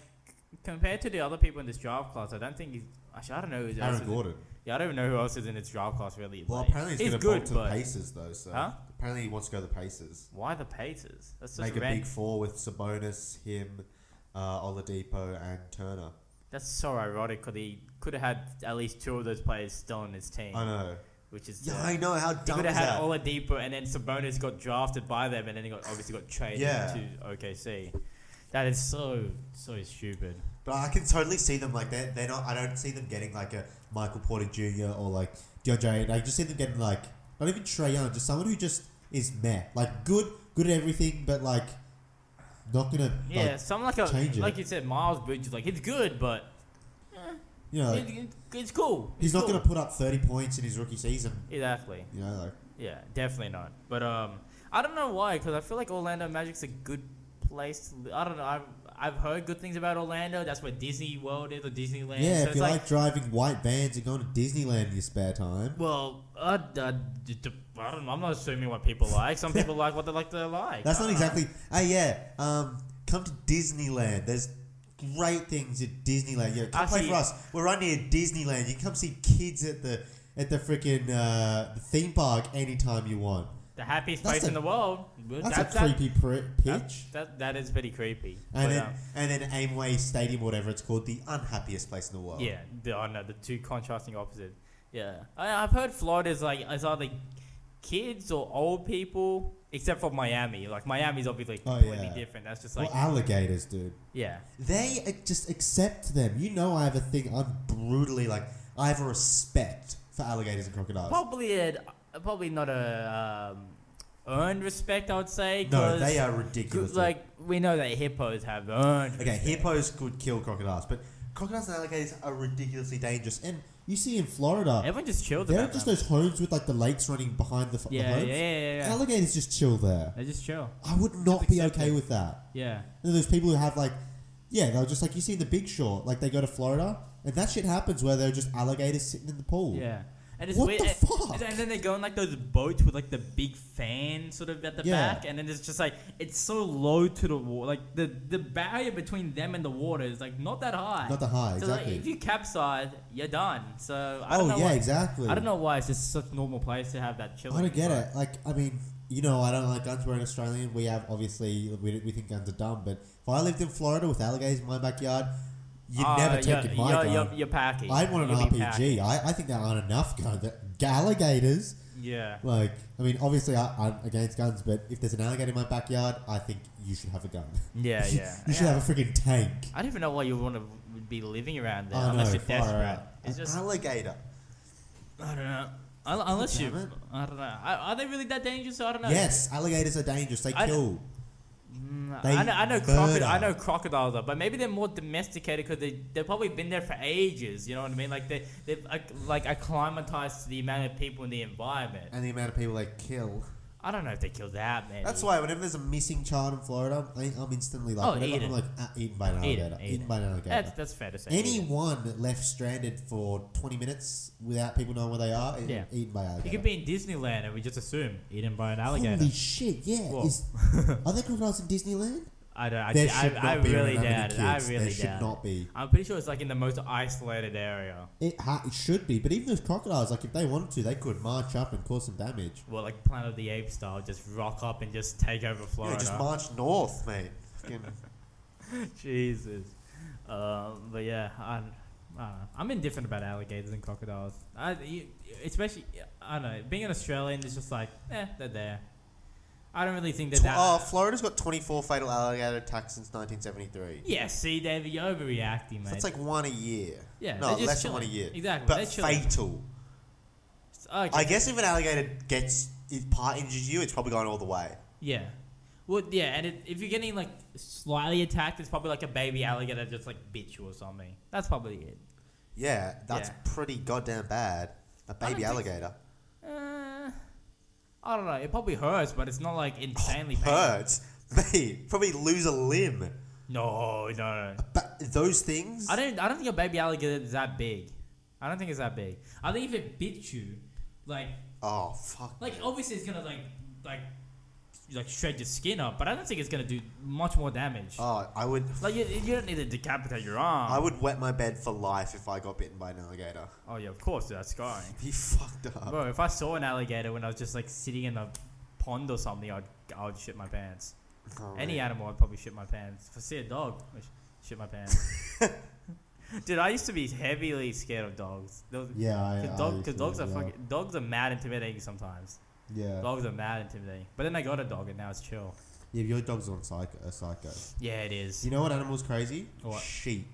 compared to the other people in this draft class, I don't think he's. Actually, I don't know who else. is Aaron in- Gordon. yeah, I don't even know who else is in this draft class really. Well, Like, apparently he's, he's going to good, to but the Pacers though. So Huh? apparently he wants to go to the Pacers. why the Pacers? That's just Make a ran- big four with Sabonis, him, uh, Oladipo, and Turner. That's so ironic because he could have had at least two of those players still on his team, I know. which is Yeah, uh, I know how He dumb could have is had that. Oladipo, and then Sabonis got drafted by them, and then he got obviously got traded Yeah. to OKC. That is so so stupid. but I can totally see them like they're, they're not. I don't see them getting like a Michael Porter Jr. or like DeAndre. Ayton. I just see them getting like not even Trey Young, just someone who just is meh, like good, good at everything, but like not gonna. Yeah, Like, something like a change it. like you said, Miles Bridges. Like it's good, but you know, like, it, it's cool. he's It's not cool. gonna put up thirty points in his rookie season. exactly. You know, like Yeah, definitely not. But um, I don't know why because I feel like Orlando Magic's a good place. To, li- I don't know. I've I've heard good things about Orlando. That's where Disney World is or Disneyland. yeah, so if it's you like, like, driving white vans and going to Disneyland in your spare time. well, uh, uh, d- d- I don't. know. I'm not assuming what people like. Some people like what they like. They like. Uh, That's I not don't know. exactly. Hey, yeah. Um, come to Disneyland. There's great things at Disneyland. Yeah, come play Actually- for us. We're right near Disneyland. You can come see kids at the at the freaking uh, theme park anytime you want. The happiest That's place a- in the world. That's, a that- creepy pri- that- pitch. That, that is pretty creepy. and But, then um, and then Amway Stadium, whatever it's called, the unhappiest place in the world. yeah, the, I know the two contrasting opposite. Yeah, I, I've heard Florida's like it's either kids or old people, except for Miami. Like Miami's obviously Oh, completely yeah. different. That's just Or like alligators, dude. yeah, They uh, just accept them. You know, I have a thing. I'm brutally like I have a respect for alligators and crocodiles. probably a, probably not a um, earned respect. I would say no, 'cause they are good- ridiculous. dude. like we know that hippos have earned. Okay, respect. hippos could kill crocodiles, but crocodiles and alligators are ridiculously dangerous. And you see in Florida, Everyone just chilled there are about just them. those homes with like the lakes running behind the, f- the yeah, yeah, homes. yeah, yeah, yeah. Alligators just chill there. They just chill. I would not be okay with that. Yeah. And then there's people who have like, yeah, they're just like you see in the Big Short, like they go to Florida and that shit happens where they're just alligators sitting in the pool. Yeah. And it's What weird. the and- fuck? And then they go in like those boats with like the big fan sort of at the Yeah. back, and then it's just like it's so low to the water, like the the barrier between them and the water is like not that high. Not that high, so exactly. Like, if you capsize, you're done. So I don't Oh know yeah, why, exactly. I don't know why it's just such a normal place to have that chilling. I don't get but- it. Like, I mean, you know, I don't like guns. We're an Australian. We have obviously we, we think guns are dumb, but if I lived in Florida with alligators in my backyard, You'd Oh, never you're- take it, my you're, gun. You're, you're packing. I'd want an You'll be packing. RPG. I, I think there aren't enough guns. That- Alligators. Yeah. Like, I mean, obviously I, I'm against guns, but if there's an alligator in my backyard, I think you should have a gun. Yeah, you yeah. should have a freaking tank. I don't even know why you want to be living around there I unless know, you're far desperate. out. It's An just alligator. I don't know. Un- Unless you, Damn it. I don't know. Are are they really that dangerous? I don't know. Yes, alligators are dangerous. They I- kill. They Mm, I know, I know, murder. crocodile, I know crocodiles are, but maybe they're more domesticated because they they've probably been there for ages. You know what I mean? Like they they've like, like acclimatized to the amount of people in the environment. And the amount of people they kill. I don't know if they kill that many. That's why whenever there's a missing child in Florida, I, I'm instantly like, Oh, whenever eat I'm it. like ah, eaten by an Eat it, alligator. eat eaten it. by an alligator. That's that's fair to say. Anyone left stranded for 20 minutes without people knowing where they are, is Yeah. eaten by alligator. You could be in Disneyland and we just assume eaten by an alligator. Holy shit! Yeah, Whoa. is, are there crocodiles in Disneyland? I don't. I, There I, should I, not be really around that doubt many it. I kids. There really should doubt not it. be. I'm pretty sure it's like in the most isolated area. It, ha- it should be, but even those crocodiles, like if they wanted to, they could march up and cause some damage. Well, like Planet of the Apes style, just rock up and just take over Florida. march north, mate. Jesus. Um, but yeah, I, I don't know. I'm indifferent about alligators and crocodiles. I, you, especially, I don't know. Being an Australian is just like, eh, they're there. I don't really think they're that. oh, Florida's got 24 fatal alligator attacks since 1973. yeah, see, David, you're overreacting, mate. like one a year. Yeah, No, they're just less than one a chilling. year. Exactly, But they're chilling. fatal. okay. guess if an alligator gets if part injures you, it's probably gone all the way. Yeah. Well, yeah, and it, if you're getting like slightly attacked, it's probably like a baby alligator just like bit you or something. That's probably it. Yeah, that's Yeah. pretty goddamn bad. A don't think- alligator. Uh, I don't know. It probably hurts, but it's not like insanely painful. hurts, mate. Probably lose a limb. No, no, no. But those things. I don't. I don't think a baby alligator is that big. I don't think it's that big. I think if it bit you, like, Oh fuck! like obviously it's gonna like, like, like shred your skin up, but I don't think it's gonna do much more damage. Oh, I would. like you, you don't need to decapitate your arm. I would wet my bed for life if I got bitten by an alligator. oh yeah, of course that's scarring. He fucked up. Bro, if I saw an alligator when I was just like sitting in a pond or something, I'd I'd shit my pants. Oh, Any mate. animal, I'd probably shit my pants. If I see a dog, I sh- shit my pants. Dude, I used to be heavily scared of dogs. Those, Yeah, I. Cause, I dog, used cause to, dogs are yeah. fucking dogs are mad intimidating sometimes. Yeah. Dogs are mad intimidating. But then I got a dog and now it's chill. Yeah, your dog's on psycho. A psycho. Yeah, it is. You know what animal's crazy? What? Sheep.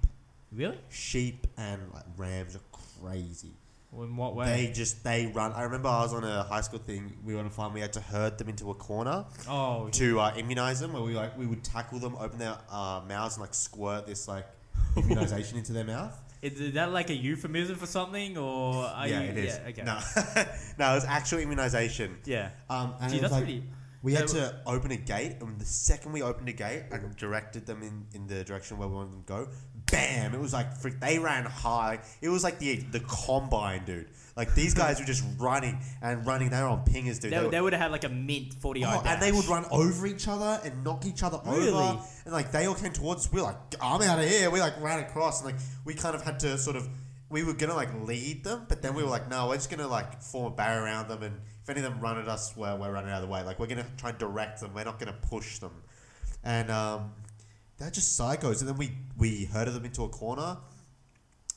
Really? Sheep and like rams are crazy. In what way? They just they run. I remember I was on a high school thing. We were on a farm. We had to herd them into a corner oh, to uh, immunize them. Where we like we would tackle them, open their uh, mouths, and like squirt this like immunization into their mouth. is, is that like a euphemism for something or? Are yeah, you, it is. Yeah, okay. No, no, it was actual immunization. Yeah. Um, and Gee, it was that's like, pretty- we had that to open a gate, and the second we opened a gate and directed them in, in the direction where we wanted them to go, bam! It was like freak, they ran high. It was like the the combine, dude. Like these guys were just running and running. They were on pingers, dude. They, They were- they would have had like a mint forty Oh, yard. and they would run over each other and knock each other over. Really? And like they all came towards us. We were like, I'm out of here. We like ran across and like we kind of had to sort of we were gonna like lead them, but then we were like, no, we're just gonna like form a barrier around them and if any of them run at us, we're, we're running out of the way. Like we're gonna try and direct them. We're not gonna push them. And um, they're just psychos. And then we we herded them into a corner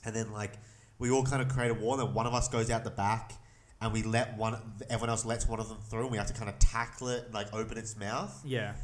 and then like we all kind of create a wall. Then one of us goes out the back, and we let one. Everyone else lets one of them through, and we have to kind of tackle it, and, like open its mouth. Yeah.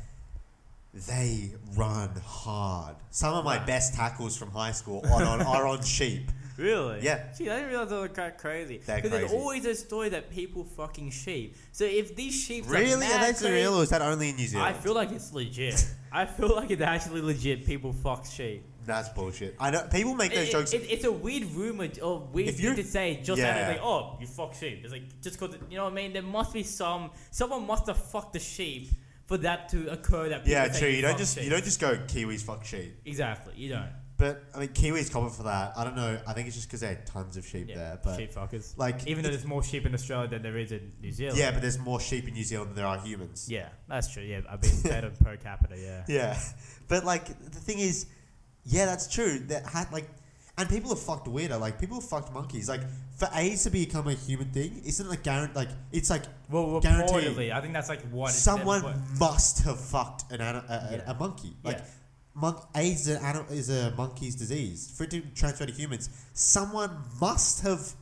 They run hard. Some of my best tackles from high school on, on are on sheep. Really? Yeah. Gee, I didn't realize they were cra- crazy. They're Because there's crazy. always a story that people fucking sheep. So if these sheep Really? Are mad those crazy- real, or is that only in New I Zealand? feel like it's legit. I feel like it's actually legit. People fuck sheep. That's bullshit. I know people make It- those it- jokes. it- it's a weird rumor or weird If you- thing to say. Just Yeah. out of like, oh, you fuck sheep. It's like just because you know what I mean. There must be some someone must have fucked the sheep for that to occur. That people yeah, say true. You don't fuck just sheep. you don't just go Kiwis fuck sheep. exactly. You don't. But I mean, Kiwis common for that. I don't know. I think it's just because they had tons of sheep Yeah, there. But sheep fuckers. like, even though it- there's more sheep in Australia than there is in New Zealand. yeah, but there's more sheep in New Zealand than there are humans. Yeah, that's true. Yeah, I've been better per capita. Yeah. Yeah, but like the thing is, yeah, that's true. That had like, and people have fucked weirder. Like people have fucked monkeys. Like for AIDS to become a human thing, isn't it like guaran Like it's like Well, Guaranteed. reportedly, I think that's like what it's- someone what- must have fucked an ana- a, a, Yeah. a monkey. Like Yeah. Monk, AIDS is a, anim- is a monkey's disease. For it to transfer to humans, someone must have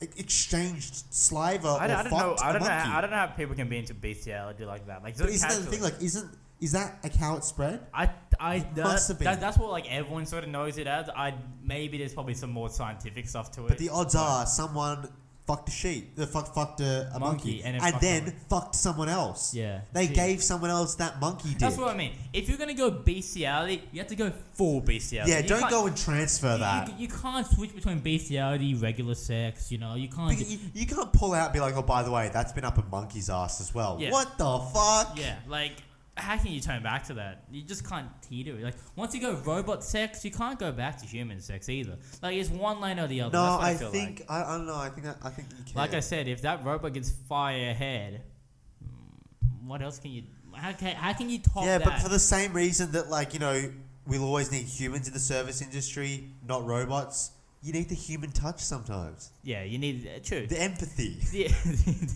e- exchanged saliva I don't, or I don't fucked know. I a don't know. monkey. How, I don't know how people can be into bestiality like that. Like, But just isn't that the casually. thing? Like, isn't is that like how it spread? I, I It that, must have been. that- that's what like everyone sort of knows it as. I maybe there's probably some more scientific stuff to it. But the odds are someone fucked a sheep, uh, fuck, fucked a, a monkey, Monkey, and it fucked then someone. fucked someone else. Yeah. they Gee. gave someone else that monkey dick. that's what I mean. If you're gonna go bestiality, you have to go full bestiality. yeah, You don't can't- go and transfer You, that. you, you can't switch between bestiality, regular sex. You know, you can't. Because you, you can't pull out and be like, oh, by the way, that's been up a monkey's ass as well. Yeah. What the fuck? Yeah, like how can you turn back to that? You just can't teeter. Like once you go robot sex, you can't go back to human sex either. Like it's one lane or the other. That's No, what I, I feel think I, I don't know. I think I, I think you can. Like, like I said, if that robot gets fire ahead, what else can you? How can, how can you top yeah, that? but for the same reason that like you know we'll always need humans in the service industry, not robots. You need the human touch sometimes, yeah, you need uh, true. the empathy. the,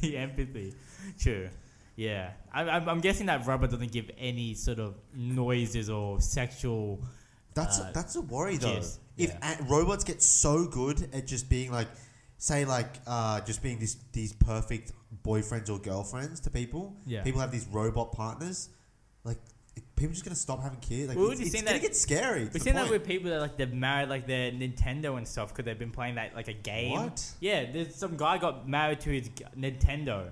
the empathy. True. Yeah. I, I'm, I'm guessing that robot doesn't give any sort of noises or sexual. That's uh, a, that's a worry though. gist, If yeah. a- robots get so good at just being like, say like uh, just being this these perfect boyfriends or girlfriends to people, Yeah. people have these robot partners, like it- people just gonna stop having kids. Like Well, it's, we've it's seen gonna that- get scary. to We've the seen that point. with people that like they've married like their Nintendo and stuff because they've been playing that like a game. What? Yeah, there's some guy got married to his g- Nintendo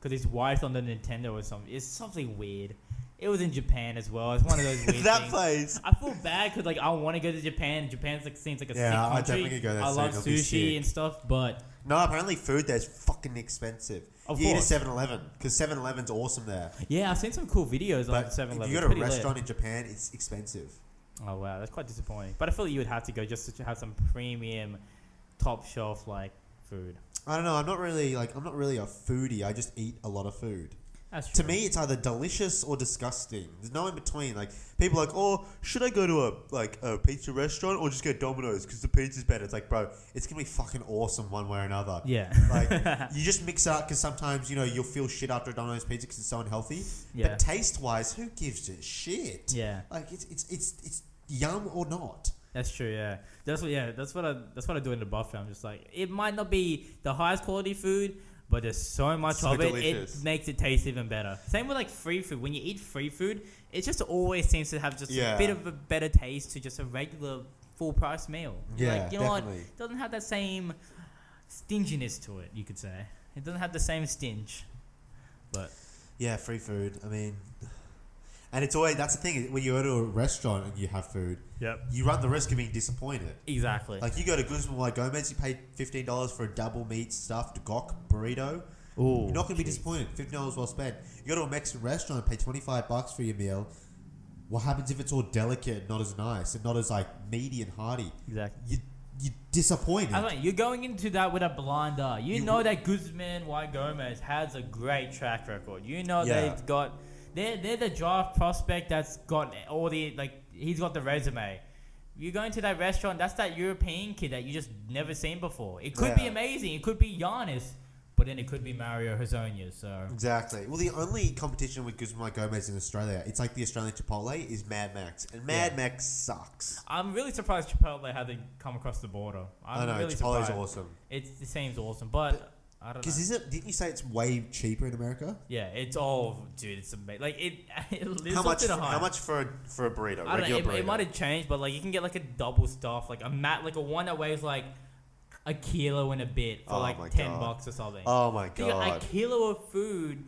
because his wife's on the Nintendo or something. It's something weird. It was in Japan as well. It's one of those weird that things. place. I feel bad because like I want to go to Japan. Japan's like seems like a Yeah, I sick country. definitely go there I soon. love It'll be sick. sushi and stuff, but No, apparently food there's fucking expensive. Of you eat at course. 7-Eleven because 7-Eleven's awven there. yeah, I've seen some cool videos on But Seven if Eleven. you go to a restaurant in Japan, it's expensive. Oh wow, that's quite disappointing. But I feel like you would have to go just to have some premium, top shelf like food. I don't know. I'm not really like I'm not really a foodie. I just eat a lot of food. That's To true. me, it's either delicious or disgusting. There's no in between. Like people are like, oh, should I go to a like a pizza restaurant or just get Domino's because the pizza's better? It's like, bro, it's gonna be fucking awesome one way or another. Yeah. Like you just mix it up because sometimes you know you'll feel shit after a Domino's pizza because it's so unhealthy. Yeah. But taste wise, who gives a shit? Yeah. Like it's it's it's it's yum or not. That's true. Yeah, that's what. Yeah, that's what I. That's what I do in the buffet. I'm just like, it might not be the highest quality food, but there's so much So of it. delicious. It makes it taste even better. Same with like free food. When you eat free food, it just always seems to have just Yeah. a bit of a better taste to just a regular full price meal. You're Yeah, like, you know definitely. what? Doesn't have that same stinginess to it. You could say it doesn't have the same stinge. But Yeah, free food. I mean, and it's always that's the thing when you go to a restaurant and you have food, yep, you run the risk of being disappointed. exactly. Like you go to Guzman Y Gomez, you pay fifteen dollars for a double meat stuffed gok burrito. Ooh, You're not gonna be geez. disappointed. Fifteen dollars well spent. You go to a Mexican restaurant and pay twenty five bucks for your meal. What happens if it's all delicate and not as nice and not as like meaty and hearty? Exactly. You you disappointed. I mean, you're going into that with a blind eye. You, You know would- that Guzman Y Gomez has a great track record. You know Yeah. they've got they're they're the draft prospect that's got all the like he's got the resume. You go into that restaurant, that's that European kid that you just never seen before. It could be Yeah. amazing. It could be Giannis, but then it could be Mario Hazonia. So Exactly. Well, the only competition with Guzman Y Gomez in Australia, it's like the Australian Chipotle, is Mad Max, and Mad Max sucks. I'm really surprised Chipotle hasn't come across the border. I'm I know really Chipotle's surprised. awesome. It's, it seems awesome, but, I don't know. Because is it? Didn't you say it's way cheaper in America? Yeah, it's all dude. It's amazing. Like it, it lives How up much? to the For, hype. how much for a, for a burrito? I don't know. regular It, burrito. it might have changed, but like you can get like a double stuff, like a mat, like a one that weighs like a kilo and a bit for Oh my like ten God. bucks or something. oh my So you got god! a kilo of food,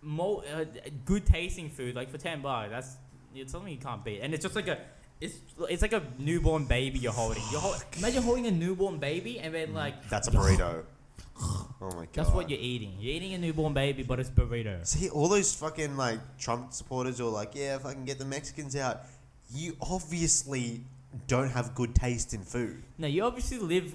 mo- uh, good tasting food, like for ten bucks. That's it's something you can't beat, and it's just like a. It's, it's like a newborn baby you're holding. You're hol- imagine holding a newborn baby and then like That's a burrito. oh my Mm. god! That's what you're eating. You're eating a newborn baby, but it's burrito. See, all those fucking like Trump supporters are like, yeah, if I can get the Mexicans out. You obviously don't have good taste in food. No, you obviously live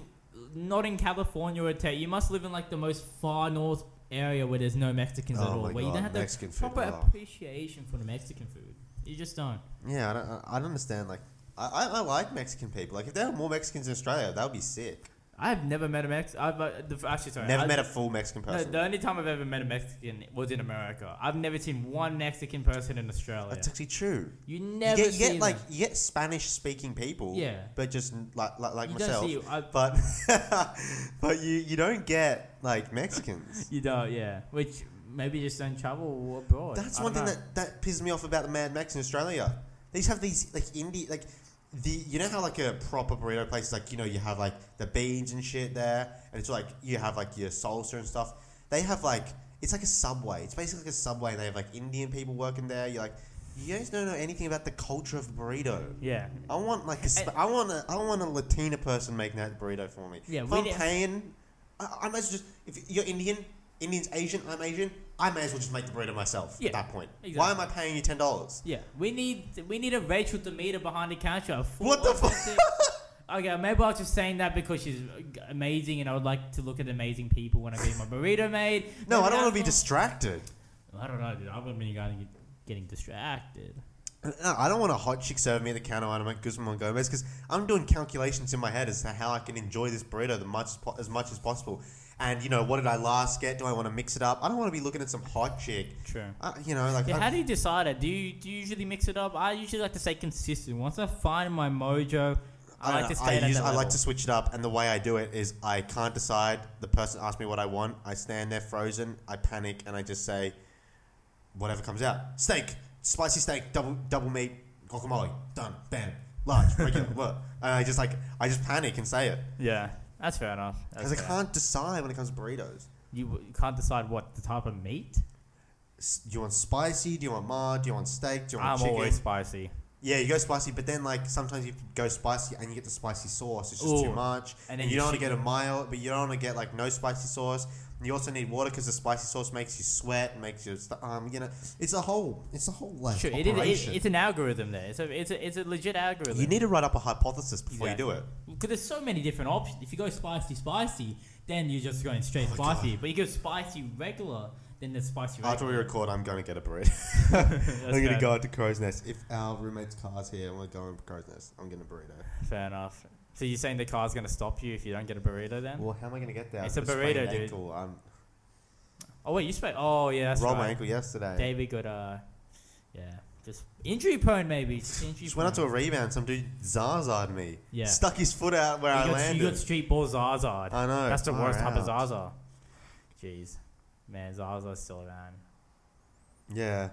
not in California or Te- You must live in like the most far north area where there's no Mexicans at Oh all. my Where you God, don't have Mexican the food, proper wow. appreciation for the Mexican food. You just don't. Yeah, I don't. I I don't understand. Like, I, I, I like Mexican people. Like, if there were more Mexicans in Australia, that would be sick. I've never met a Mex. I've uh, the, actually sorry. Never I- met a full Mexican No, person. the only time I've ever met a Mexican was in America. I've never seen one Mexican person in Australia. That's actually true. you You never get, you see get like them. you get Spanish speaking people, Yeah. but just like like, like You don't myself, see- I- but but you you don't get like Mexicans. you don't, yeah. Which maybe just don't travel abroad. That's I one don't thing know. that that pisses me off about the Mad Max in Australia. They just have these like indie like the you know how like a proper burrito place is like you know you have like the beans and shit there, and it's like you have like your salsa and stuff. They have like it's like a subway. It's basically like a subway, and they have like Indian people working there. You're like. You guys don't know anything about the culture of burrito. Yeah. I want like a Uh, sp- I want a I want a Latina person making that burrito for me. Yeah, if we I'm did- paying, I, I might as well just if you're Indian, Indian's Asian, I'm Asian. I may as well just make the burrito myself Yeah, at that point. Why exactly. am I paying you ten dollars? Yeah. We need we need a Rachel Demeter behind the counter. What the fuck? Okay, maybe I was just saying that because she's amazing and I would like to look at amazing people when I get my burrito made. No, I Maybe don't want to be that's distracted. not- I don't know, dude. I've been getting, getting distracted. No, I don't want a hot chick serving me at the counter when I'm at Guzman Gomez because I'm doing calculations in my head as to how I can enjoy this burrito the much as po- as much as possible. And you know what did I last get? Do I want to mix it up? I don't want to be looking at some hot chick. True. Uh, you know, like Yeah, I'm- how do you decide it? Do you do you usually mix it up? I usually like to stay consistent. Once I find my mojo, I, don't like to know, stay at Uh, I, use- that I like level. to switch it up, and the way I do it is I can't decide. The person asks me what I want. I stand there frozen. I panic, and I just say, whatever comes out. Steak, spicy steak, double double meat, guacamole. Done. Bam. Large, regular. what? And I just like I just panic and say it Yeah, that's fair enough. That's because I fair. can't decide when it comes to burritos. You w- can't decide what the type of meat. S- Do you want spicy? Do you want mar? Do you want steak? Do you want I'm chicken? always spicy. Yeah, you go spicy, but then like sometimes you go spicy and you get the spicy sauce. It's just too Ooh. much, and, And then you you don't want to sh- get a mild, but you don't want to get like no spicy sauce. And you also need water because the spicy sauce makes you sweat, and makes you st- um, you know, it's a whole, it's a whole like Sure, it, it, it, operation. it's an algorithm there. It's a it's a, it's a legit algorithm. you need to write up a hypothesis before you do it. because there's so many different options. If you go spicy, spicy, then you're just going Oh straight spicy. But you go spicy regular, then there's spicy regular. After we record, I'm going to get a burrito. I'm going to fair. go out to Crow's Nest. If our roommate's car's here and we're going to Crow's Nest, I'm getting a burrito. Fair enough. So you're saying the car's gonna stop you if you don't get a burrito then? Well, how am I going to get there? It's I've a got sprained burrito, dude. ankle. I'm Oh wait, you spoke. Oh yeah, that's Um, rolled right. my ankle yesterday. David got uh, yeah, just injury prone maybe. Just injury Just went up to a prone. rebound. Some dude zaza'd me. Yeah. Stuck his foot out where I you, got, you landed. got street ball Zazard. I know. That's the far worst type of out. Zaza. Jeez, man, Zaza's still around. Yeah.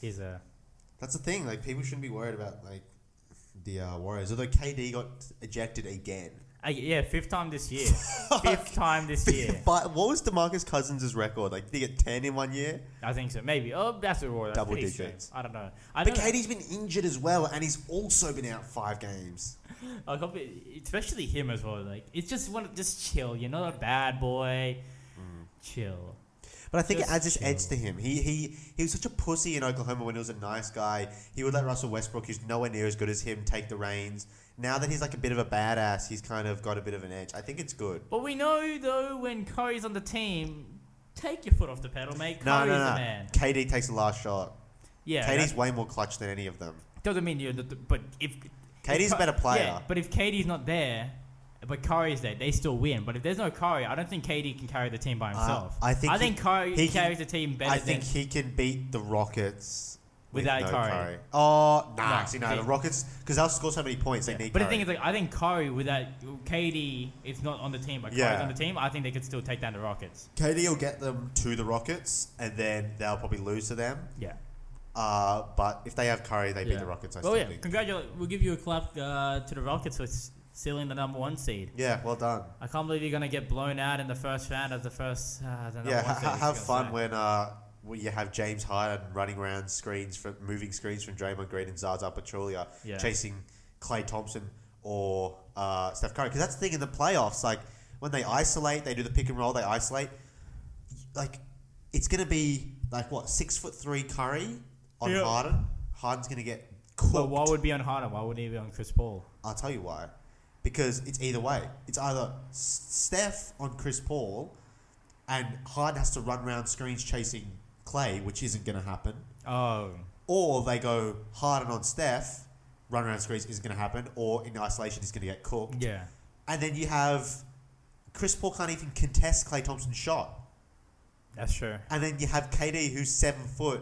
He's a That's the thing. Like people shouldn't be worried about like the uh, Warriors. Although KD got ejected again. I, Uh, yeah fifth time this year. fifth time this year. But what was DeMarcus Cousins' record? Like did he get ten in one year? I think so. Maybe. Oh, that's a royal. Double Pretty extreme. digits. I don't know. I But don't. KD's been injured as well, and he's also been out five games. I copy, especially him as well. Like it's just one. Just chill. You're not a bad boy. Mm. Chill. But I think it Just adds this chill. edge to him. He he he was such a pussy in Oklahoma when he was a nice guy. He would let Russell Westbrook, who's nowhere near as good as him, take the reins. Now that he's like a bit of a badass, he's kind of got a bit of an edge. I think it's good. But we know though when Curry's on the team, take your foot off the pedal, mate. No, Curry's no, the no. man. KD takes the last shot. Yeah, KD's that way more clutch than any of them. doesn't mean you're. The, the- but if KD's a better player. yeah, but if Katie's not there, but Curry's there, they still win. But if there's no Curry, I don't think Katie can carry the team by himself. Uh, I think I he- think Curry he can- carries the team better. I think than, he can beat the Rockets Without with no Curry. Oh, nah, No, actually, no. they- The Rockets, because they'll score so many points, they need but the Curry. thing is, like, I think Curry without Katie is not on the team, but Yeah. Curry's on the team. I think they could still take down the Rockets. KD will get them to the Rockets, and then they'll probably lose to them. Yeah. Uh, but if they have Curry, they beat Yeah. the Rockets. I Oh still yeah, think. congratulations. We'll give you a clap uh, to the Rockets for s- sealing the number one seed. Yeah, well done. I can't believe you're gonna get blown out in the first round of the first. Uh, the number yeah, one ha- seed, ha- it's have gonna fun suck. when uh, when you have James Harden running around screens from moving screens from Draymond Green and Zaza Pachulia, Yeah. chasing Clay Thompson or uh, Steph Curry. Because that's the thing in the playoffs, like when they isolate, they do the pick and roll, they isolate. Like it's gonna be like what six foot three Curry on Yeah. Harden. Harden's gonna get cooked. But why would be on Harden? Why wouldn't he be on Chris Paul? I'll tell you why. Because it's either way. It's either S- Steph on Chris Paul, and Harden has to run around screens chasing Clay, which isn't going to happen. Oh, Or they go Harden on Steph, run around screens isn't going to happen. Or in isolation, he's going to get cooked. yeah. and then you have Chris Paul can't even contest Clay Thompson's shot, That's true. and then you have KD who's seven foot,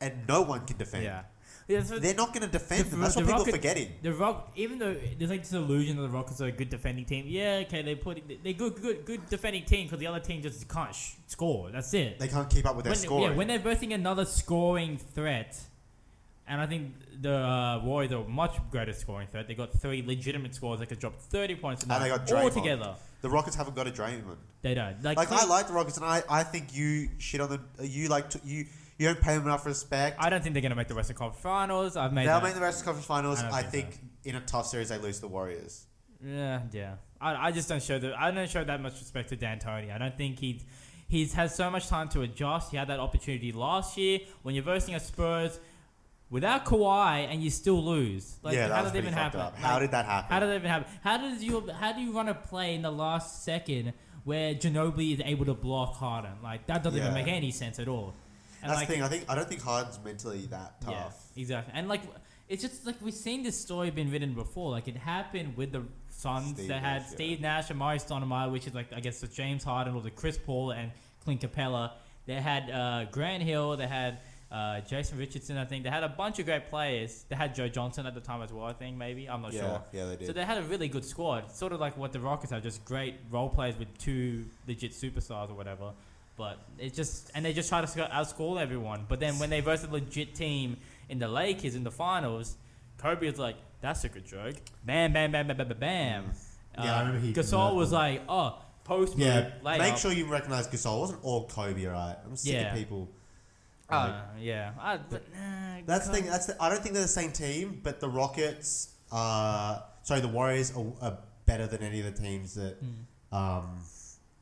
and no one can defend. Yeah. Yeah, so They're not going to defend The- them. That's the what people Rocket- are forgetting. The Rock, even though there's like this illusion that the Rockets are a good defending team. Yeah, okay, they put they're good, good, good defending team because the other team just can't sh- score. That's it. They can't keep up with their when, scoring. Yeah, when they're bursting another scoring threat, and I think the uh, Warriors are a much greater scoring threat. They got three legitimate scores. They could drop thirty points and they tonight got Draymond. all together. The Rockets haven't got a Draymond. They don't like. Like Clay- I like the Rockets, and I, I think you shit on them. You like t- you you don't pay them enough respect. I don't think they're gonna make the Western Conference Finals. I've made. They'll that- make the rest of the conference finals. I don't I, think think in a tough series they lose to the Warriors. Yeah, yeah. I, I just don't show the I don't show that much respect to D'Antoni. I don't think he's he's had so much time to adjust. He had that opportunity last year when you're versing a Spurs without Kawhi and you still lose. Like yeah, that how was did that pretty even fucked happen? up. how Like, did that happen? how did that even happen? How does you how do you run a play in the last second where Ginobili is able to block Harden? Like that doesn't even Yeah. make any sense at all. And That's like, the thing. I think I don't think Harden's mentally that tough. yeah, exactly. And like, it's just like we've seen this story been written before. Like it happened with the Suns Steve that Nash, had yeah. Steve Nash and Maurice Stoudemire, which is like I guess the James Harden or the Chris Paul and Clint Capella. They had uh, Grant Hill. They had uh, Jason Richardson. I think they had a bunch of great players. They had Joe Johnson at the time as well. I think maybe I'm not Yeah, sure. yeah, they did. So they had a really good squad, sort of like what the Rockets have, just great role players with two legit superstars or whatever. But it just and they just try to sc- outscore everyone. But then when they verse a legit team in the Lakers in the finals, Kobe is like, "That's a good joke." Bam, bam, bam, bam, bam, bam, bam. Yeah, I remember he- Uh, Gasol was like, "Oh, post move, Yeah, layup." make sure you recognize Gasol. It wasn't all Kobe, right? I'm sick Yeah. of people. Uh, yeah, I, but, nah, That's the Kobe- thing. That's the, I don't think they're the same team, but the Rockets, uh, sorry, the Warriors are, are better than any of the teams that um,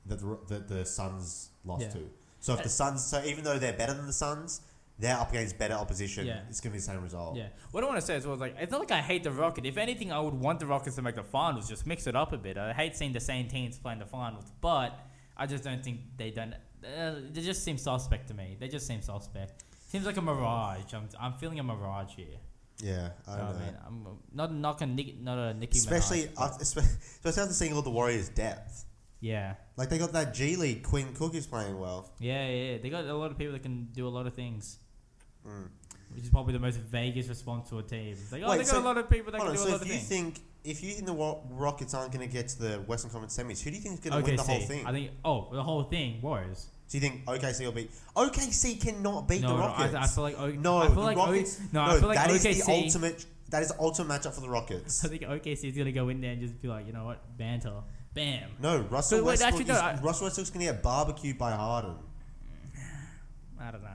that the, that the Suns lost Hmm. Yeah. Uh, to. So if the Suns, so even though they're better than the Suns, they're up against better opposition. Yeah. It's gonna be the same result. Yeah. What I want to say as well is like it's not like I hate the Rocket. If anything, I would want the Rockets to make the finals. Just mix it up a bit. I hate seeing the same teams playing the finals, but I just don't think they don't. Uh, they just seem suspect to me. They just seem suspect. Seems like a mirage. I'm, I'm feeling a mirage here. Yeah, I You know don't what know. I mean, I'm not not a Nick, not a Nicki Minaj, Especially but- after, especially after seeing all the Warriors' depth. yeah, Like they got that G League. Quinn Cook is playing well. yeah, yeah. They got a lot of people that can do a lot of things. Which is probably the most vaguest response to a team. It's like, oh, Mm. Wait, they got so- a lot of people that Hold can on, so do a lot if of you things. think if you think the Wa- Rockets aren't going to get to the Western Conference semis, who do you think is going to win the OKC. whole thing? I think oh the whole thing Warriors. do you think OKC will beat OKC cannot beat no, the no, Rockets? I, I feel like o- no, I feel the like o- Rockets. no, I feel like that is OKC. the ultimate. That is the ultimate matchup for the Rockets. I think OKC is gonna go in there and just be like, you know what, banter, bam. No, Russell But wait, Westbrook. actually, is, no, I- Russell Westbrook's going to get barbecued by Harden. I don't know.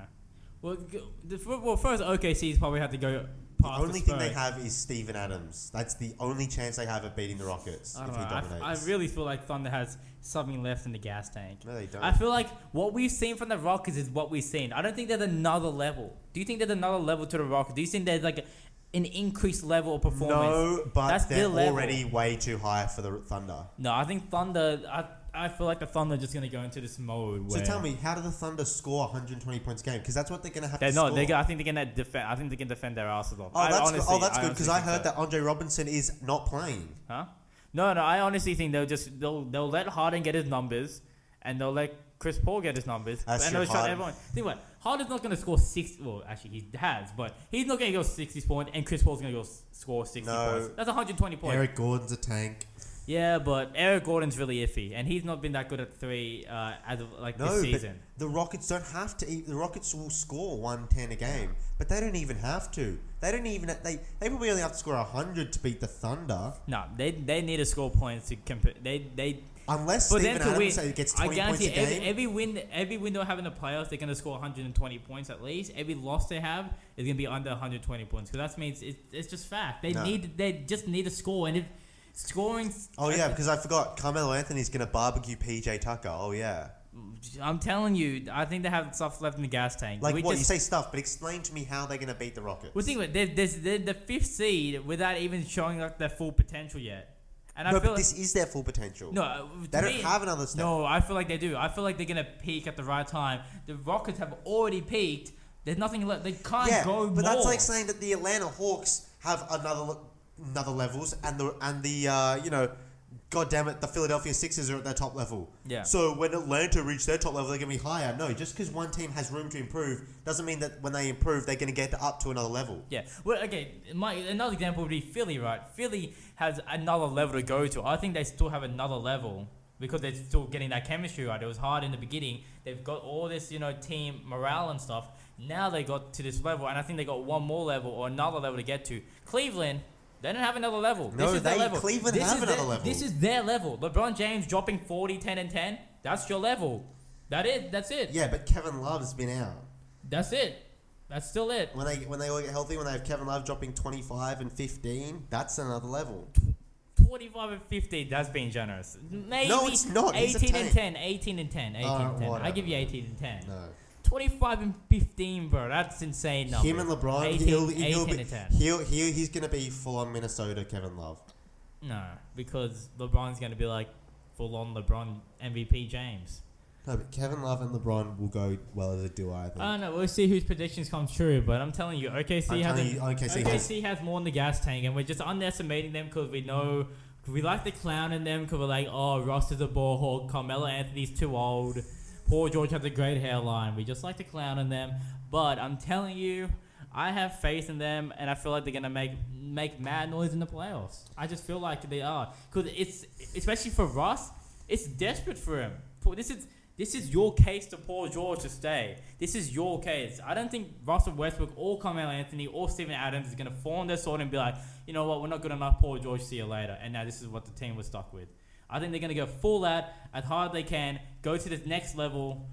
Well, g- the, f- well, first OKC's probably have to go The past only the thing they Spurs. have is Steven Adams. That's the only chance they have of beating the Rockets I if don't he know. I, f- I dominates. really feel like Thunder has something left in the gas tank. No, they don't. I feel like what we've seen from the Rockets is what we've seen. I don't think there's another level. Do you think there's another level to the Rockets? Do you think there's like an increased level of performance? no, but That's they're their level. already way too high for the Thunder. No, I think Thunder. I I feel like the Thunder are just gonna go into this mode. So where tell me, how do the Thunder score 120 points a game? Because that's what they're going to have they're to not. score. They I think they're gonna defend. I think they can defend their asses off. oh, I that's good. honestly- oh, that's good because I honestly heard think that Andre Robinson is not playing. so. Huh? No, no. I honestly think they'll just they'll they'll let Harden get his numbers, and they'll let Chris Paul get his numbers, That's and true, they'll shut Harden- everyone. Think what? Harden's not gonna score six. Well, actually, he has, but he's not gonna go sixty points, and Chris Paul's gonna go s- score sixty No. points. That's one hundred twenty points. Eric Gordon's a tank. Yeah, but Eric Gordon's really iffy, and he's not been that good at three uh, as of like No, this but season. the Rockets don't have to. eat- The Rockets will score 110 a game, but they don't even have to. They don't even. They they probably only have to score 100 to beat the Thunder, No, they they need to score points to compete. They they unless for them Steven to Adams win. gets I 20 points guarantee a game. every, every win every win they'll have in the playoffs, they're gonna score 120 points at least. Every loss they have is gonna be under 120 points because that means it's, it's just fact. They No. need they just need to score, and if scoring, oh yeah, because I forgot Carmelo Anthony's going to barbecue PJ Tucker. Oh yeah. I'm telling you, I think they have stuff left in the gas tank. Like We what just- you say stuff, but explain to me how they're going to beat the Rockets. Well, think about it. There's, there's, they're the fifth seed without even showing like their full potential yet, and I no, feel but like, this is their full potential. no, uh, They to don't me- have another step. No, I feel like they do. I feel like they're gonna peak at the right time. The Rockets have already peaked. There's nothing left. They can't yeah, go but more. that's like saying that the Atlanta Hawks have another another levels, and the and the uh, you know God damn it, the Philadelphia Sixers are at their top level. Yeah. So when Atlanta reach their top level, they're going to be higher. No, just because one team has room to improve doesn't mean that when they improve, they're going to get up to another level. Yeah. Well, okay. My another example would be Philly, right? Philly has another level to go to. I think they still have another level because they're still getting that chemistry right. It was hard in the beginning. They've got all this, you know, team morale and stuff. Now they got to this level, and I think they got one more level or another level to get to. Cleveland. They don't have another level. No, this is their they- level. Cleveland this have is another their- level. This is their level. LeBron James dropping 40, 10, and 10. That's your level. That it. That's it. Yeah, but Kevin Love's been out. That's it. That's still it. When they when they all get healthy, when they have Kevin Love dropping 25 and 15, that's another level. 25 and 15, that's being generous. Maybe it's not. He's a 18 and tank. 10, 18 and 10, 18 Alright, and 10. I whatever. give you 18 and 10. No. 25 and 15, bro. That's insane numbers. Him and LeBron, 18, he'll, he'll 18 be, and 10. he'll, he'll, he's going to be full on Minnesota Kevin Love. no, because LeBron's going to be like full on LeBron MVP James. No, but Kevin Love and LeBron will go well as a duo, I think. I don't know. We'll see whose predictions come true, but I'm telling you, I'm OKC, has, telling a- you, OKC has- OKC has more in the gas tank, and we're just underestimating them because we know. We like the clown in them because we're like, oh, Ross is a ball hog, Carmelo Anthony's too old, Paul George has a great hairline. We just like to clown in them, but I'm telling you, I have faith in them, and I feel like they're gonna make make mad noise in the playoffs. I just feel like they are because it's especially for Ross, it's desperate for him. Paul- This is this is your case to Paul George to stay. This is your case. I don't think Russell Westbrook or Carmelo Anthony or Steven Adams is going to fall on their sword and be like, you know what, we're not good enough. Paul George, see you later. And now this is what the team was stuck with. I think they're going to go full out as hard as they can, go to this next level,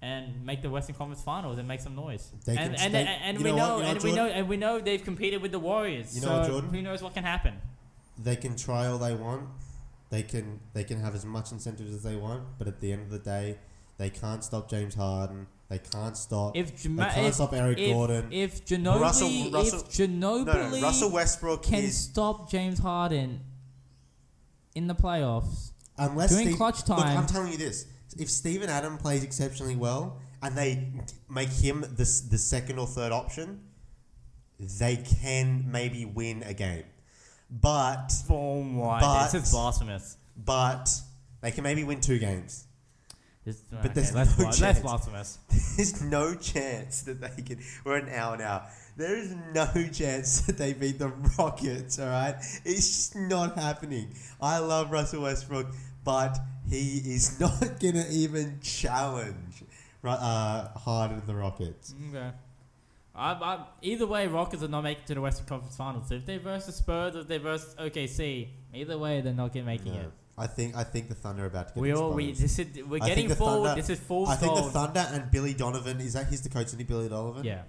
and make the Western Conference Finals and make some noise. They and can- and, they- and, and you we know what, you know, know and what, we know, Jordan? and we know they've competed with the Warriors. You know what, so Jordan? who knows what can happen? they can try all they want. They can they can have as much incentives as they want, but at the end of the day, they can't stop James Harden. They can't stop. If they Jama- can't if- stop Eric if- Gordon. if Ginobili, Russell- Russell- if Ginobili, no, no, Russell Westbrook can is stop James Harden in the playoffs. unless during clutch Look, I'm time- telling you this: if Steven Adam plays exceptionally well and they make him the s- the second or third option, they can maybe win a game. But Oh my! But- this is blasphemous. but they can maybe win two games. This, But there's that's, no blas- chance. that's blasphemous. There's no chance that they can. We're an hour now. There is no chance that they beat the Rockets. All right, it's just not happening. I love Russell Westbrook, but he is not gonna even challenge Ru- uh, Harden and the Rockets. Okay. I, I, either way, Rockets are not making it to the Western Conference Finals. So if they verse the Spurs, if they verse OKC, either way, they're not get- making it. No. I think I think the Thunder are about to get We all we exposed. this is, we're I think getting the forward. Thunder- this is full. I think the fold. Thunder and Billy Donovan is that he's the coach, isn't he? Billy Donovan. Yeah.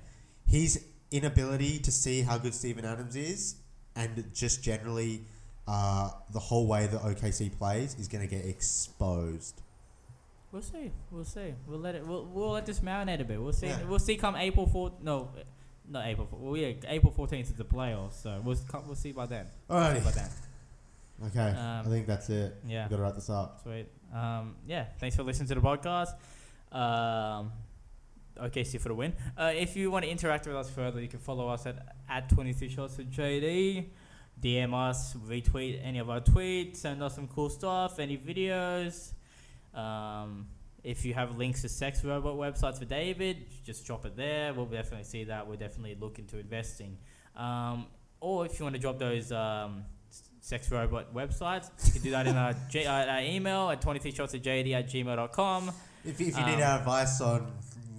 his inability to see how good Steven Adams is and just generally uh, the whole way that OKC plays is going to get exposed. We'll see. We'll see. We'll let it. We'll, we'll let this marinate a bit. We'll see. Yeah. We'll see. Come April fourth. No, eh, not April. 4th. Well, yeah, April fourteenth is the playoffs. So we'll s- come, we'll see by then. By Alrighty. then. Okay, Um, I think that's it. Yeah. We've got to wrap this up. Sweet. Um. Yeah. Thanks for listening to the podcast. Um. Okay, see for the win. Uh, if you want to interact with us further, you can follow us at at twenty three shots to JD. DM us, retweet any of our tweets, send us some cool stuff, any videos. Um, if you have links to sex robot websites for David, just drop it there. We'll definitely see that. We're definitely looking to investing. Um, or if you want to drop those um, s- sex robot websites, you can do that in our, J- uh, our email at 23shotsatjd at gmail.com. If, if you Um, need our advice on,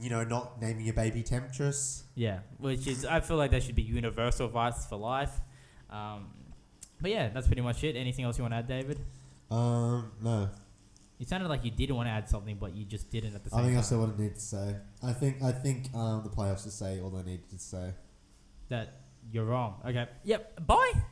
you know, not naming your baby temptress, Yeah, which is I feel like that should be universal advice for life. Um, but yeah, that's pretty much it. Anything else you want to add, David? um, no. You sounded like you did want to add something, but you just didn't at the same I think time. I said what I need to say. I think I think um, the playoffs will say all they needed to say. that you're wrong. Okay. Yep. Bye.